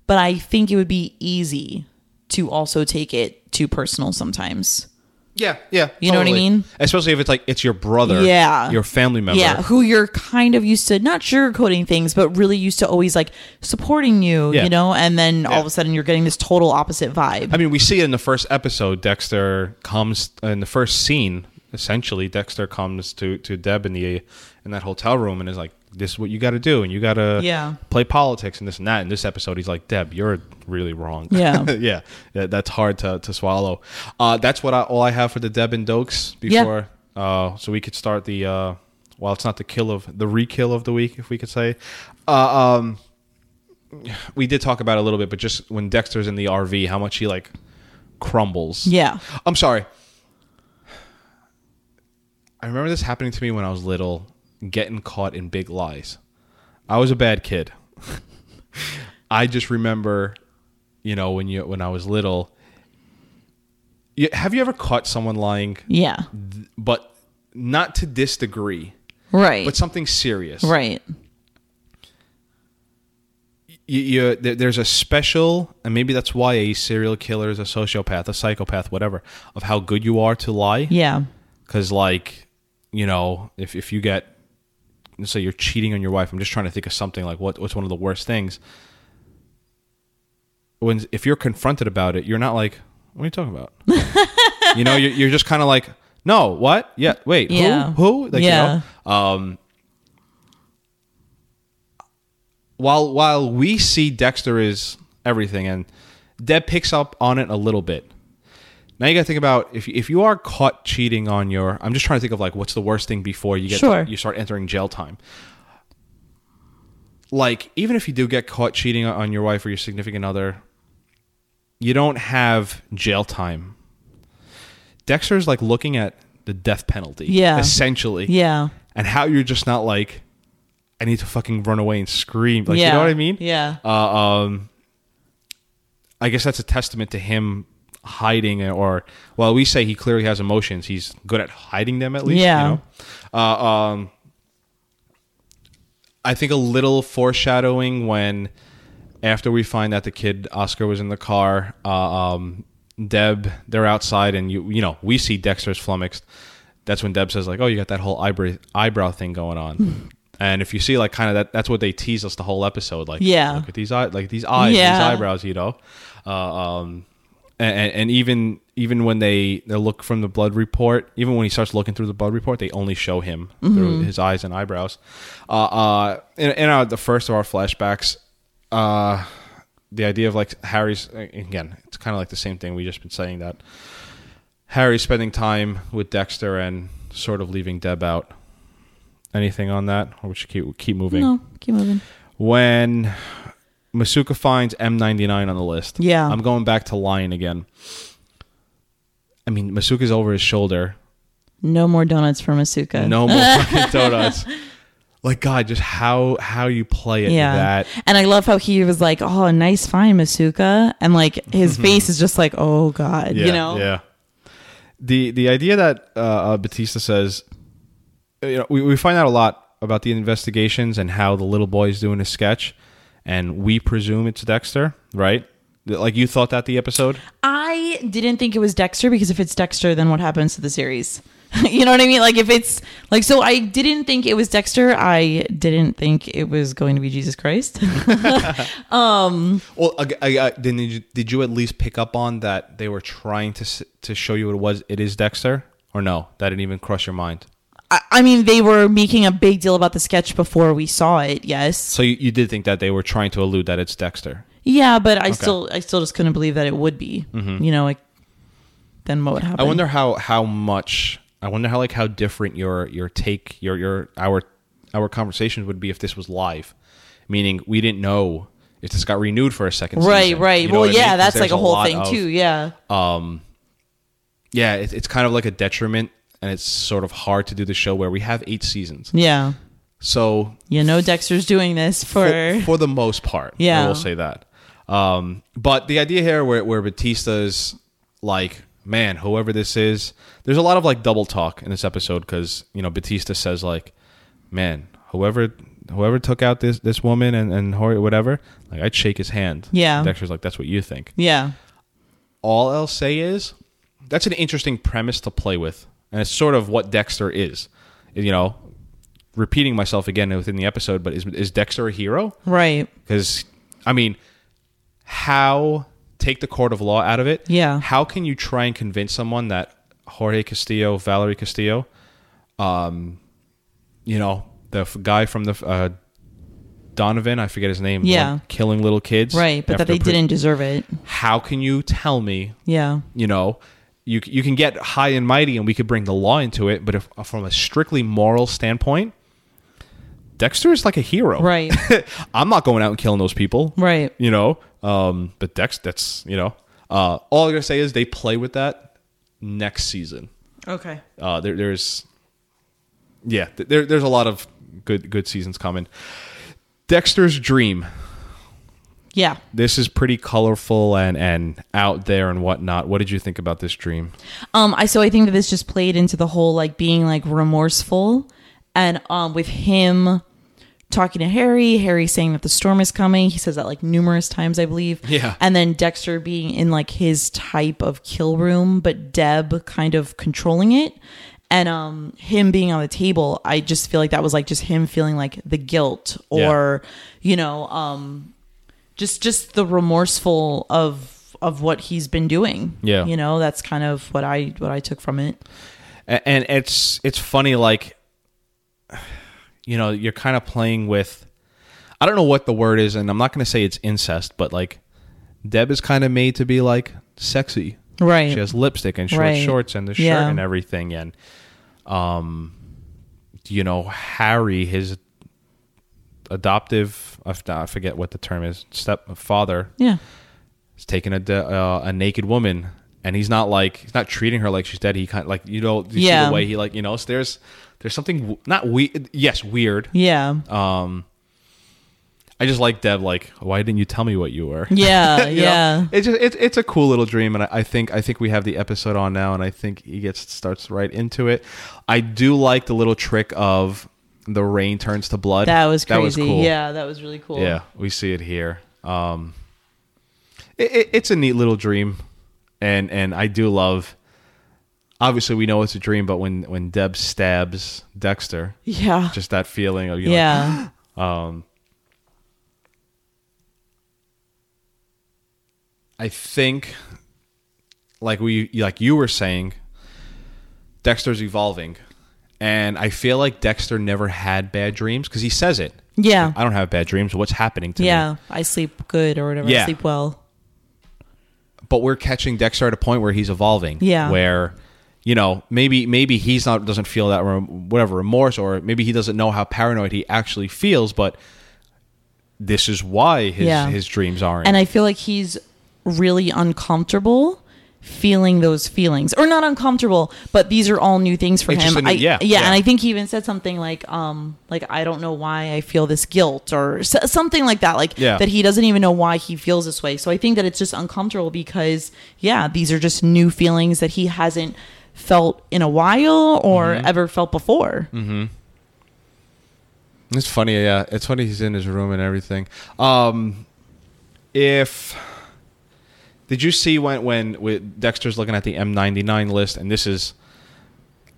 but I think it would be easy to also take it too personal sometimes.
yeah, yeah.
You know what I mean?
Especially if it's like, it's your brother.
Yeah.
Your family member.
Yeah, who you're kind of used to not sugarcoating things, but really used to always like supporting you,
Yeah.
you know, and then all of
Yeah.
a sudden you're getting this total opposite vibe.
I mean, we see it in the uh, first episode. Dexter comes in the first scene essentially Dexter comes to to Deb in the in that hotel room and is like, "This is what you got to do, and you got to
Yeah.
play politics and this and that." In this episode, he's like, "Deb, you're really wrong."
Yeah.
yeah, that, that's hard to to swallow. Uh, that's what I, all I have for the Deb and Dokes
Yeah.
before, uh, so we could start the. Uh, well, it's not the kill of the re-kill of the week, if we could say. Uh, um, we did talk about it a little bit, but just when Dexter's in the RV, how much he like crumbles.
Yeah.
I'm sorry. I remember this happening to me when I was little, getting caught in big lies. I was a bad kid. I just remember, you know, when you when I was little. You, have you ever caught someone lying,
Yeah.
but not to this degree,
Right.
but something serious?
right.
you, you there, there's a special and maybe that's why a serial killer is a sociopath a psychopath whatever of how good you are to lie
Yeah.
because like you know if, if you get let's say you're cheating on your wife i'm just trying to think of something like what what's one of the worst things when if you're confronted about it you're not like what are you talking about you know you're, you're just kind of like no what yeah wait
Yeah.
who who like
Yeah.
you know um while while we see dexter is everything and deb picks up on it a little bit now you got to think about if if you are caught cheating on your. I'm just trying to think of like what's the worst thing before you get
Sure.
you start entering jail time. Like even if you do get caught cheating on your wife or your significant other, you don't have jail time. Dexter's like looking at the death penalty,
Yeah.
essentially,
Yeah.
and how you're just not like, I need to fucking run away and scream, like
yeah.
you know what I mean? Um,
Yeah.
I guess that's a testament to him hiding or well we say he clearly has emotions he's good at hiding them at least
Yeah.
you know uh, um i think a little foreshadowing when after we find out the kid oscar was in the car uh, um deb they're outside and you you know we see dexter's flummoxed that's when deb says like oh you got that whole eyebrow eyebrow thing going on and if you see like kind of that that's what they tease us the whole episode like
Yeah.
look at these eyes like these eyes these
Yeah.
eyebrows you know uh, um and, and even even when they, they look from the blood report, even when he starts looking through the blood report, they only show him
Mm-hmm.
through his eyes and eyebrows. Uh, uh, in, in our, the first of our flashbacks, uh, the idea of like Harry's again, it's kind of like the same thing we just been saying that Harry spending time with Dexter and sort of leaving Deb out. Anything on that, or we should keep keep moving?
no. Keep moving.
when Masuka finds M99 on the list.
Yeah.
I'm going back to lying again. I mean, Masuka's over his shoulder.
No more donuts for Masuka.
No more fucking donuts. Like God, just how how you play it
Yeah.
that
And I love how he was like, "Oh, nice find, Masuka," and like his face is just like, "Oh God,"
Mm-hmm. yeah,
you know.
yeah. The the idea that uh, uh, Batista says, you know, we, we find out a lot about the investigations and how the little boy is doing his sketch, and we presume it's Dexter, right? Like you thought that the episode.
I didn't think it was Dexter because if it's Dexter, then what happens to the series? you know what I mean? Like if it's like so, I didn't think it was Dexter. I didn't think it was going to be Jesus Christ.
Well, I, I, I, then did you, did you at least pick up on that they were trying to s- to show you it was it is Dexter or no? That didn't even cross your mind.
I, I mean, they were making a big deal about the sketch before we saw it. Yes,
So you, you did think that they were trying to allude that it's Dexter.
yeah, but I still, I still just couldn't believe that it would be. You know, like then what would happen?
Mm-hmm. I wonder how how much I wonder how like how different your your take your your our our conversations would be if this was live, meaning we didn't know if this got renewed for a second.
Right,
season.
right.
You know
well,
what I mean?
yeah,
'Cause
that's like
there's
a whole
lot
thing
of-
too. Yeah.
Yeah, it, it's kind of like a detriment, and it's sort of hard to do the show where we have eight seasons.
Yeah.
So
You know, Dexter's doing this for.
for, for the most part.
Yeah.
I will say that. Um, but the idea here where, where Batista's like, man, whoever this is, there's a lot of like double talk in this episode because, you know, Batista says like, man, whoever whoever took out this this woman and, and Hori- whatever, like I'd shake his hand.
Yeah.
Dexter's like, that's what you think
yeah.
all I'll say is that's an interesting premise to play with, and it's sort of what Dexter is. You know, repeating myself again within the episode, but is is Dexter a hero?
Right.
Because I mean, how take the court of law out of it?
Yeah.
How can you try and convince someone that Jorge Castillo, Valerie Castillo. Um, you know the f- guy from the f- uh, Donovan, I forget his name. the
Yeah.
one killing little kids.
Right, but that
after
they
pre-
didn't deserve it.
How can you tell me
Yeah.
you know you you can get high and mighty and we could bring the law into it but if from a strictly moral standpoint dexter is like a hero
Right.
i'm not going out and killing those people
Right.
you know um but dex that's you know uh all i'm gonna say is they play with that next season
Okay.
uh there, there's yeah th- there, there's a lot of good good seasons coming dexter's dream
Yeah.
this is pretty colorful and and out there and whatnot what did you think about this dream
Um, I so I think that this just played into the whole like being like remorseful, and um, with him talking to Harry, Harry saying that the storm is coming. He says that like numerous times, I believe.
Yeah.
And then Dexter being in like his type of kill room, but Deb kind of controlling it, and um, him being on the table. I just feel like that was like just him feeling like the guilt
Yeah.
or you know um, just just the remorseful of of what he's been doing
Yeah.
you know that's kind of what i what i took from it
A- and it's it's funny like you know you're kind of playing with i don't know what the word is and i'm not going to say it's incest but like deb is kind of made to be like sexy
Right.
she has lipstick and short
Right.
shorts and the shirt
Yeah.
and everything and um you know harry his adoptive I f- i forget what the term is stepfather
yeah
is taking a de- uh, a naked woman, and he's not like he's not treating her like she's dead. He kind of like you know you see
Yeah.
the way he like you know so there's there's something w- not weird. Yes, weird.
yeah
Uh, I just like Deb. Like, why didn't you tell me what you were?
yeah
You know?
yeah
It's just it's it's a cool little dream, and I, I think I think we have the episode on now, and I think he gets starts right into it. I do like the little trick of the rain turns to blood.
that was crazy
cool.
yeah that was really cool
Yeah, we see it here. Um, it, it, it's a neat little dream, and and I do love. Obviously, we know it's a dream, but when when Deb stabs Dexter,
yeah
just that feeling of you know,
yeah
I think, like we like you were saying, Dexter's evolving, and I feel like Dexter never had bad dreams because he says it.
yeah
I don't have bad dreams. What's happening to me?
yeah i sleep good or whatever
Yeah.
i sleep well
but we're catching Dexter at a point where he's evolving.
Yeah.
Where, you know, maybe maybe he's not doesn't feel that rem- whatever remorse, or maybe he doesn't know how paranoid he actually feels. But this is why his
Yeah.
his dreams aren't.
and i feel like he's really uncomfortable feeling those feelings or not uncomfortable but these are all new things for
It's
him
just a new-
I,
yeah,
yeah
yeah.
and i think he even said something like um like i don't know why i feel this guilt or s- something like that like
Yeah.
that he doesn't even know why he feels this way so i think that it's just uncomfortable because yeah these are just new feelings that he hasn't felt in a while or
Mm-hmm.
ever felt before
it's funny, yeah. It's funny he's in his room and everything. Um, if did you see when when with Dexter's looking at the M ninety nine list, and this is.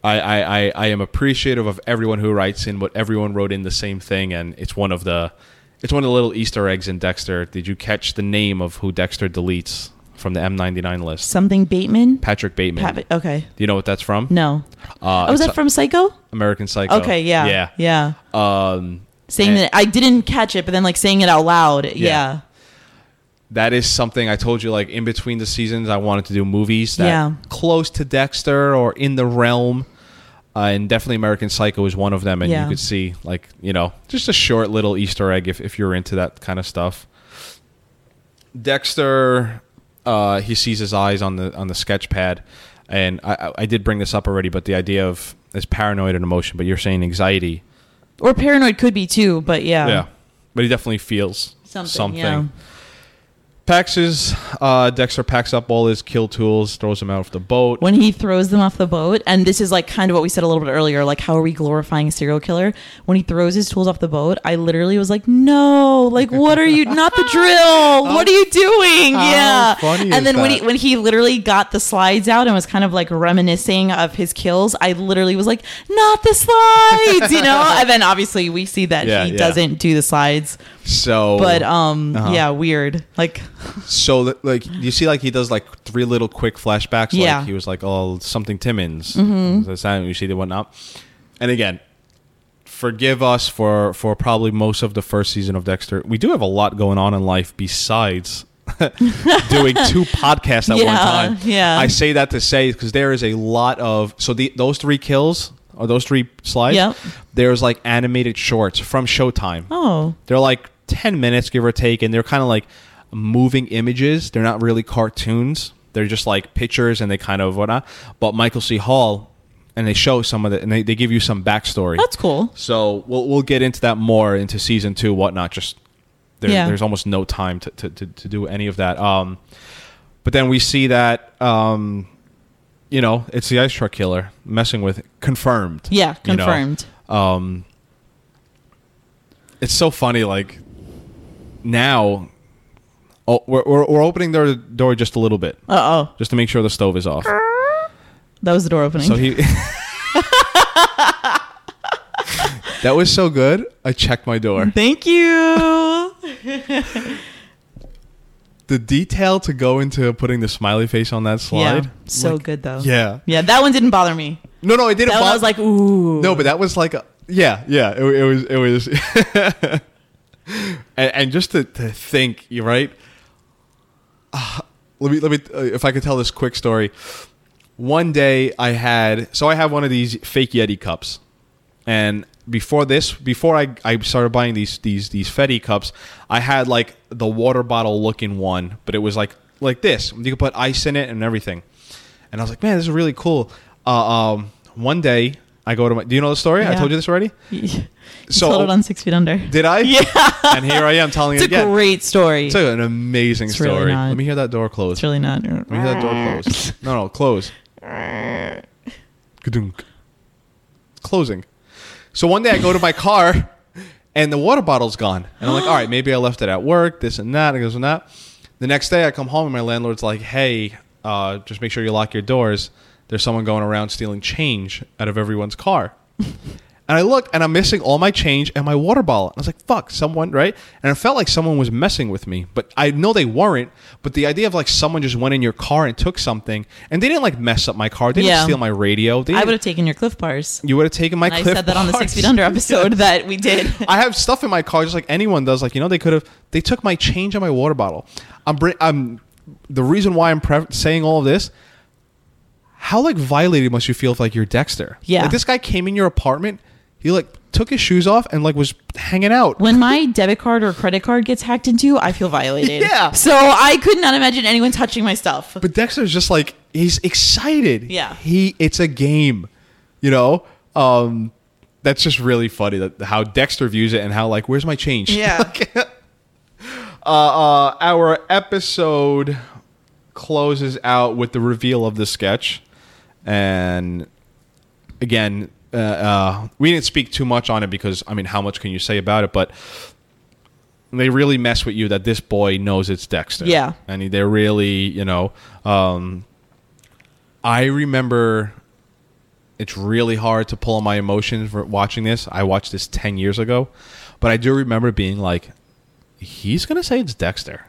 I, I, I, I am appreciative of everyone who writes in, but everyone wrote in the same thing, and it's one of the it's one of the little Easter eggs in Dexter. Did you catch the name of who Dexter deletes from the M ninety nine list?
something bateman
Patrick Bateman.
Pat- okay
Do you know what that's from?
no
Uh,
oh was
it's
that from psycho
American Psycho?
okay yeah
yeah.
yeah
Um,
saying
And-
that I didn't catch it, but then like saying it out loud. Yeah.
that is something I told you like in between the seasons I wanted to do movies that
Yeah.
close to Dexter or in the realm. Uh, and definitely American Psycho is one of them and
Yeah.
you could see like, you know, just a short little Easter egg if, if you're into that kind of stuff. Dexter uh, he sees his eyes on the on the sketch pad and I, I- I did bring this up already, but the idea of is paranoid and emotion, but you're saying anxiety.
Or paranoid could be too, but yeah.
Yeah. But he definitely feels something.
Um, Something, yeah.
Packs his, uh, Dexter packs up all his kill tools, throws them out of the boat.
When he throws them off the boat, and this is like kind of what we said a little bit earlier, like how are we glorifying a serial killer? When he throws his tools off the boat, I literally was like, "No, like what are you? Not the drill. What are you doing?" yeah.
funny is
and then when
that?
he when he literally got the slides out and was kind of like reminiscing of his kills, I literally was like, "Not the slides," you know. and then obviously we see that
Yeah, Uh-huh.
he
yeah.
doesn't do the slides.
So,
but um yeah weird like
so that, like you see like he does like three little quick flashbacks
Yeah. Mm-hmm.
like he was like oh something timmins that's how you see the whatnot and again forgive us for for probably most of the first season of dexter we do have a lot going on in life besides doing two podcasts at one
Yeah,
time
yeah.
i say that to say because there is a lot of so the, those three kills or those three slides
Yep.
there's like animated shorts from showtime
Oh.
they're like 10 minutes, give or take, and they're kind of like moving images. They're not really cartoons. They're just like pictures and they kind of whatnot. But Michael C. Hall, and they show some of it and they, they give you some backstory.
That's cool.
So we'll, we'll get into that more into season two, whatnot. Just there,
Yeah.
there's almost no time to, to, to, to do any of that. Um, but then we see that, um, you know, it's the ice truck killer messing with confirmed.
Yeah,
you know?
confirmed.
um it's so funny like now oh, we're, we're, we're opening the door just a little bit
Uh oh.
just to make sure the stove is off
That was the door opening.
so he that was so good i checked my door
Thank you.
the detail to go into putting the smiley face on that slide
yeah. So
like-
good though.
yeah
Yeah, that one didn't bother me.
no no it didn't
That one I
bother-
was like, ooh.
No, but that was like a yeah, yeah. It, it was it was, and, and just to, to think, you right. Ah, let me let me uh, if I could tell this quick story. One day I had so I have one of these fake Yeti cups, and before this, before I, I started buying these these these Fetty cups, I had like the water bottle looking one, but it was like like this. You could put ice in it and everything. And I was like, man, this is really cool. Uh, um, one day I go to my. Do you know the story? I
Yeah.
told you this already.
You
So-
told it on Six Feet Under.
Did I? Yeah. and here I am telling
it's
it
a
again.
great story.
it's an amazing
It's really
story.
not.
Let me hear that door close.
it's really not.
Let me hear that door close. No, no, close. Kadunk. It's closing. So one day I go to my car and the water bottle's gone. And I'm like, all right, maybe I left it at work, this and that, and this and that. The next day I come home and my landlord's like, hey, uh, just make sure you lock your doors. There's someone going around stealing change out of everyone's car. And I looked and I'm missing all my change and my water bottle. I was like, fuck, someone, right? And I felt like someone was messing with me, but I know they weren't. But the idea of like someone just went in your car and took something and they didn't like mess up my car. They didn't
Yeah.
steal my radio. They
I
didn't-
would have taken your cliff bars.
you would have taken my
And I
Cliff
said that on the Six
Bars.
Feet Under episode that we did.
I have stuff in my car just like anyone does. Like, you know, they could have, they took my change and my water bottle. I'm, br- I'm, the reason why I'm pre- saying all of this, how like violated must you feel if like you're Dexter?
Yeah.
Like this guy came in your apartment, he like took his shoes off and like was hanging out.
When my debit card or credit card gets hacked into, I feel violated.
Yeah.
So I could not imagine anyone touching my stuff.
But Dexter's just like he's excited.
Yeah.
He it's a game. You know? Um that's just really funny that how Dexter views it and how like where's my change?
Yeah.
Like, uh, uh our episode closes out with the reveal of the sketch and again uh, uh, we didn't speak too much on it because I mean how much can you say about it but they really mess with you that this boy knows it's Dexter.
Yeah.
And they're really, you know, um, I remember it's really hard to pull on my emotions for watching this. I watched this 10 years ago, but I do remember being like, he's going to say it's Dexter.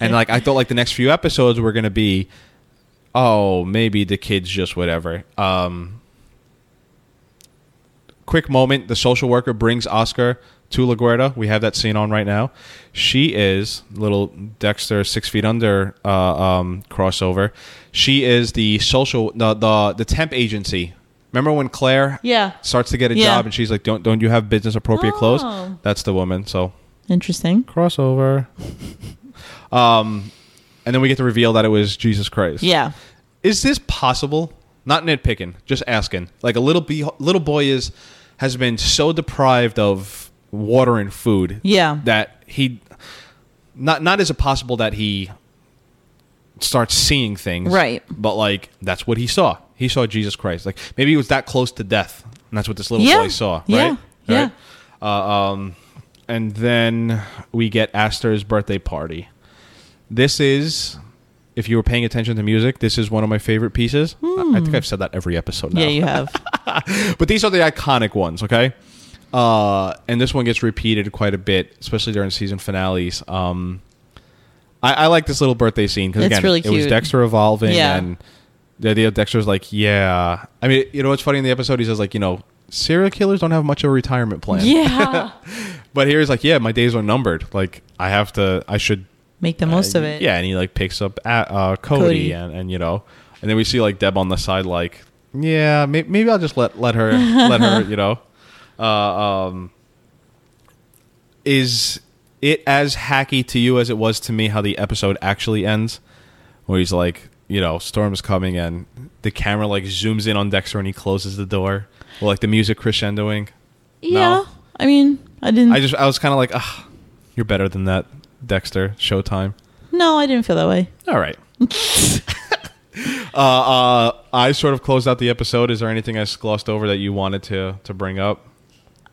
and like, I thought like the next few episodes were going to be, oh, maybe the kid's just whatever. Um, quick moment the social worker brings oscar to laguardia we have that scene on right now she is little dexter six feet under uh, um, crossover she is the social the, the the temp agency remember when claire
Yeah.
starts to get a
Yeah.
job and she's like don't don't you have business appropriate clothes
Oh.
that's the woman so
Interesting.
crossover um and then we get to reveal that it was jesus christ
Yeah.
is this possible? Not nitpicking, just asking. Like a little be- little boy is has been so deprived of water and food,
Yeah.
that he not not is it possible that he starts seeing things,
Right.
But like that's what he saw. He saw Jesus Christ. Like maybe he was that close to death, and that's what this little
Yeah.
boy saw, right?
Yeah.
Right?
Yeah.
Uh, um, and then we get Astor's birthday party. This is, if you were paying attention to music, this is one of my favorite pieces. I- I think I've said that every episode now.
Hmm. Yeah, you have.
but these are the iconic ones, okay? Uh, and this one gets repeated quite a bit, especially during season finales. Um, I, I like this little birthday scene because
It's
again,
really
it was
cute.
Dexter evolving,
Yeah.
and the idea of Dexter's like, yeah. I mean, you know what's funny in the episode? He says like, you know, serial killers don't have much of a retirement plan.
Yeah.
But here he's like, yeah, my days are numbered. Like, I have to, I should
Make the most of it.
yeah, and he like picks up at, uh, Cody,
Cody.
And, and you know, and then we see like Deb on the side, like, yeah, may- maybe I'll just let let her let her, you know. Uh, um, is it as hacky to you as it was to me how the episode actually ends, where he's like, you know, storm's coming, and the camera like zooms in on Dexter, and he closes the door, or like the music crescendoing.
Yeah. I mean, I didn't.
I just I was kind of like, ah, you're better than that, Dexter. Showtime.
no, I didn't feel that way.
All right. uh, uh, I sort of closed out the episode. Is there anything I s- glossed over that you wanted to to bring up?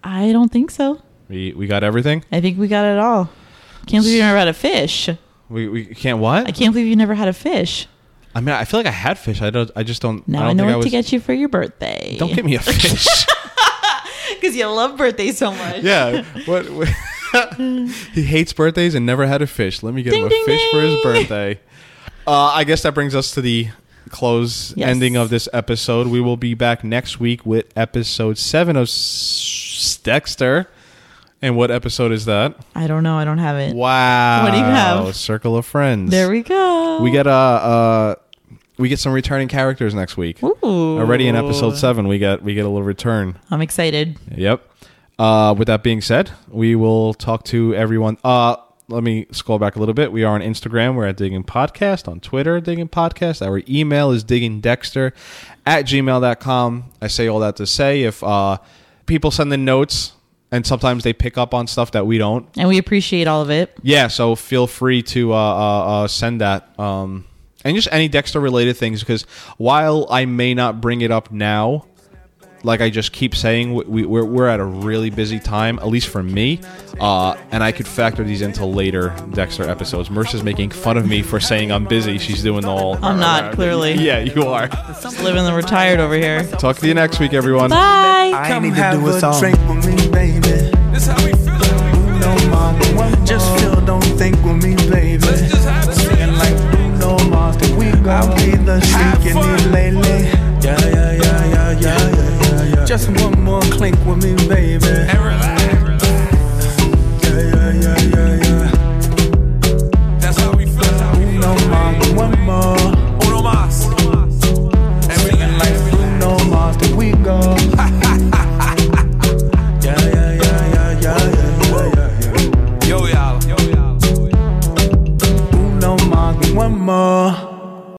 I don't think so.
We we got everything.
I think we got it all. Can't believe you never had a fish.
We we can't
I
what?
can't believe you never had a fish.
I mean, I feel like I had fish. I don't. I just don't.
Now
I
I,
don't
know
think
what
I was,
to get you for your birthday.
Don't get me a fish.
because you love birthdays so much.
yeah. What? what he hates birthdays and never had a fish. Let me get him
Ding,
a
ding,
fish for his
ding.
birthday. Uh, I guess that brings us to the close
Yes.
ending of this episode. We will be back next week with episode seven of S- Dexter. And what episode is that?
I don't know. I don't have it.
Wow!
What do you have?
Circle of Friends.
There we go.
We get uh, uh we get some returning characters next week.
Ooh.
Already in episode seven, we get we get a little return.
I'm excited.
Yep. Uh, with that being said, we will talk to everyone. Uh, let me scroll back a little bit. We are on Instagram. We're at Digging Podcast. On Twitter, Digging Podcast. Our email is diggingdexter at gmail.com. I say all that to say if uh, people send in notes and sometimes they pick up on stuff that we don't,
And we appreciate all of it.
yeah, so feel free to uh, uh, uh, send that. Um, and just any Dexter related things, because while I may not bring it up now, like I just keep saying, we- we, we're, we're at a really busy time, at least for me. Uh, and I could factor these into later Dexter episodes. Mercer's making fun of me for saying I'm busy. She's doing the whole.
I'm not, clearly.
Yeah, you are.
Just living the retired over here.
Talk to you next week, everyone.
Bye.
I
Come
need to
have
do
a
a song.
drink
with me, baby.
This how we feel.
No mama, just feel, don't think with me, baby.
Let's just have a
Singing like Bruno Mars, that we gon' be the
Have
shit you
fun.
need lately. Yeah, yeah, yeah, yeah, yeah, yeah, yeah. Just one more clink with me, baby.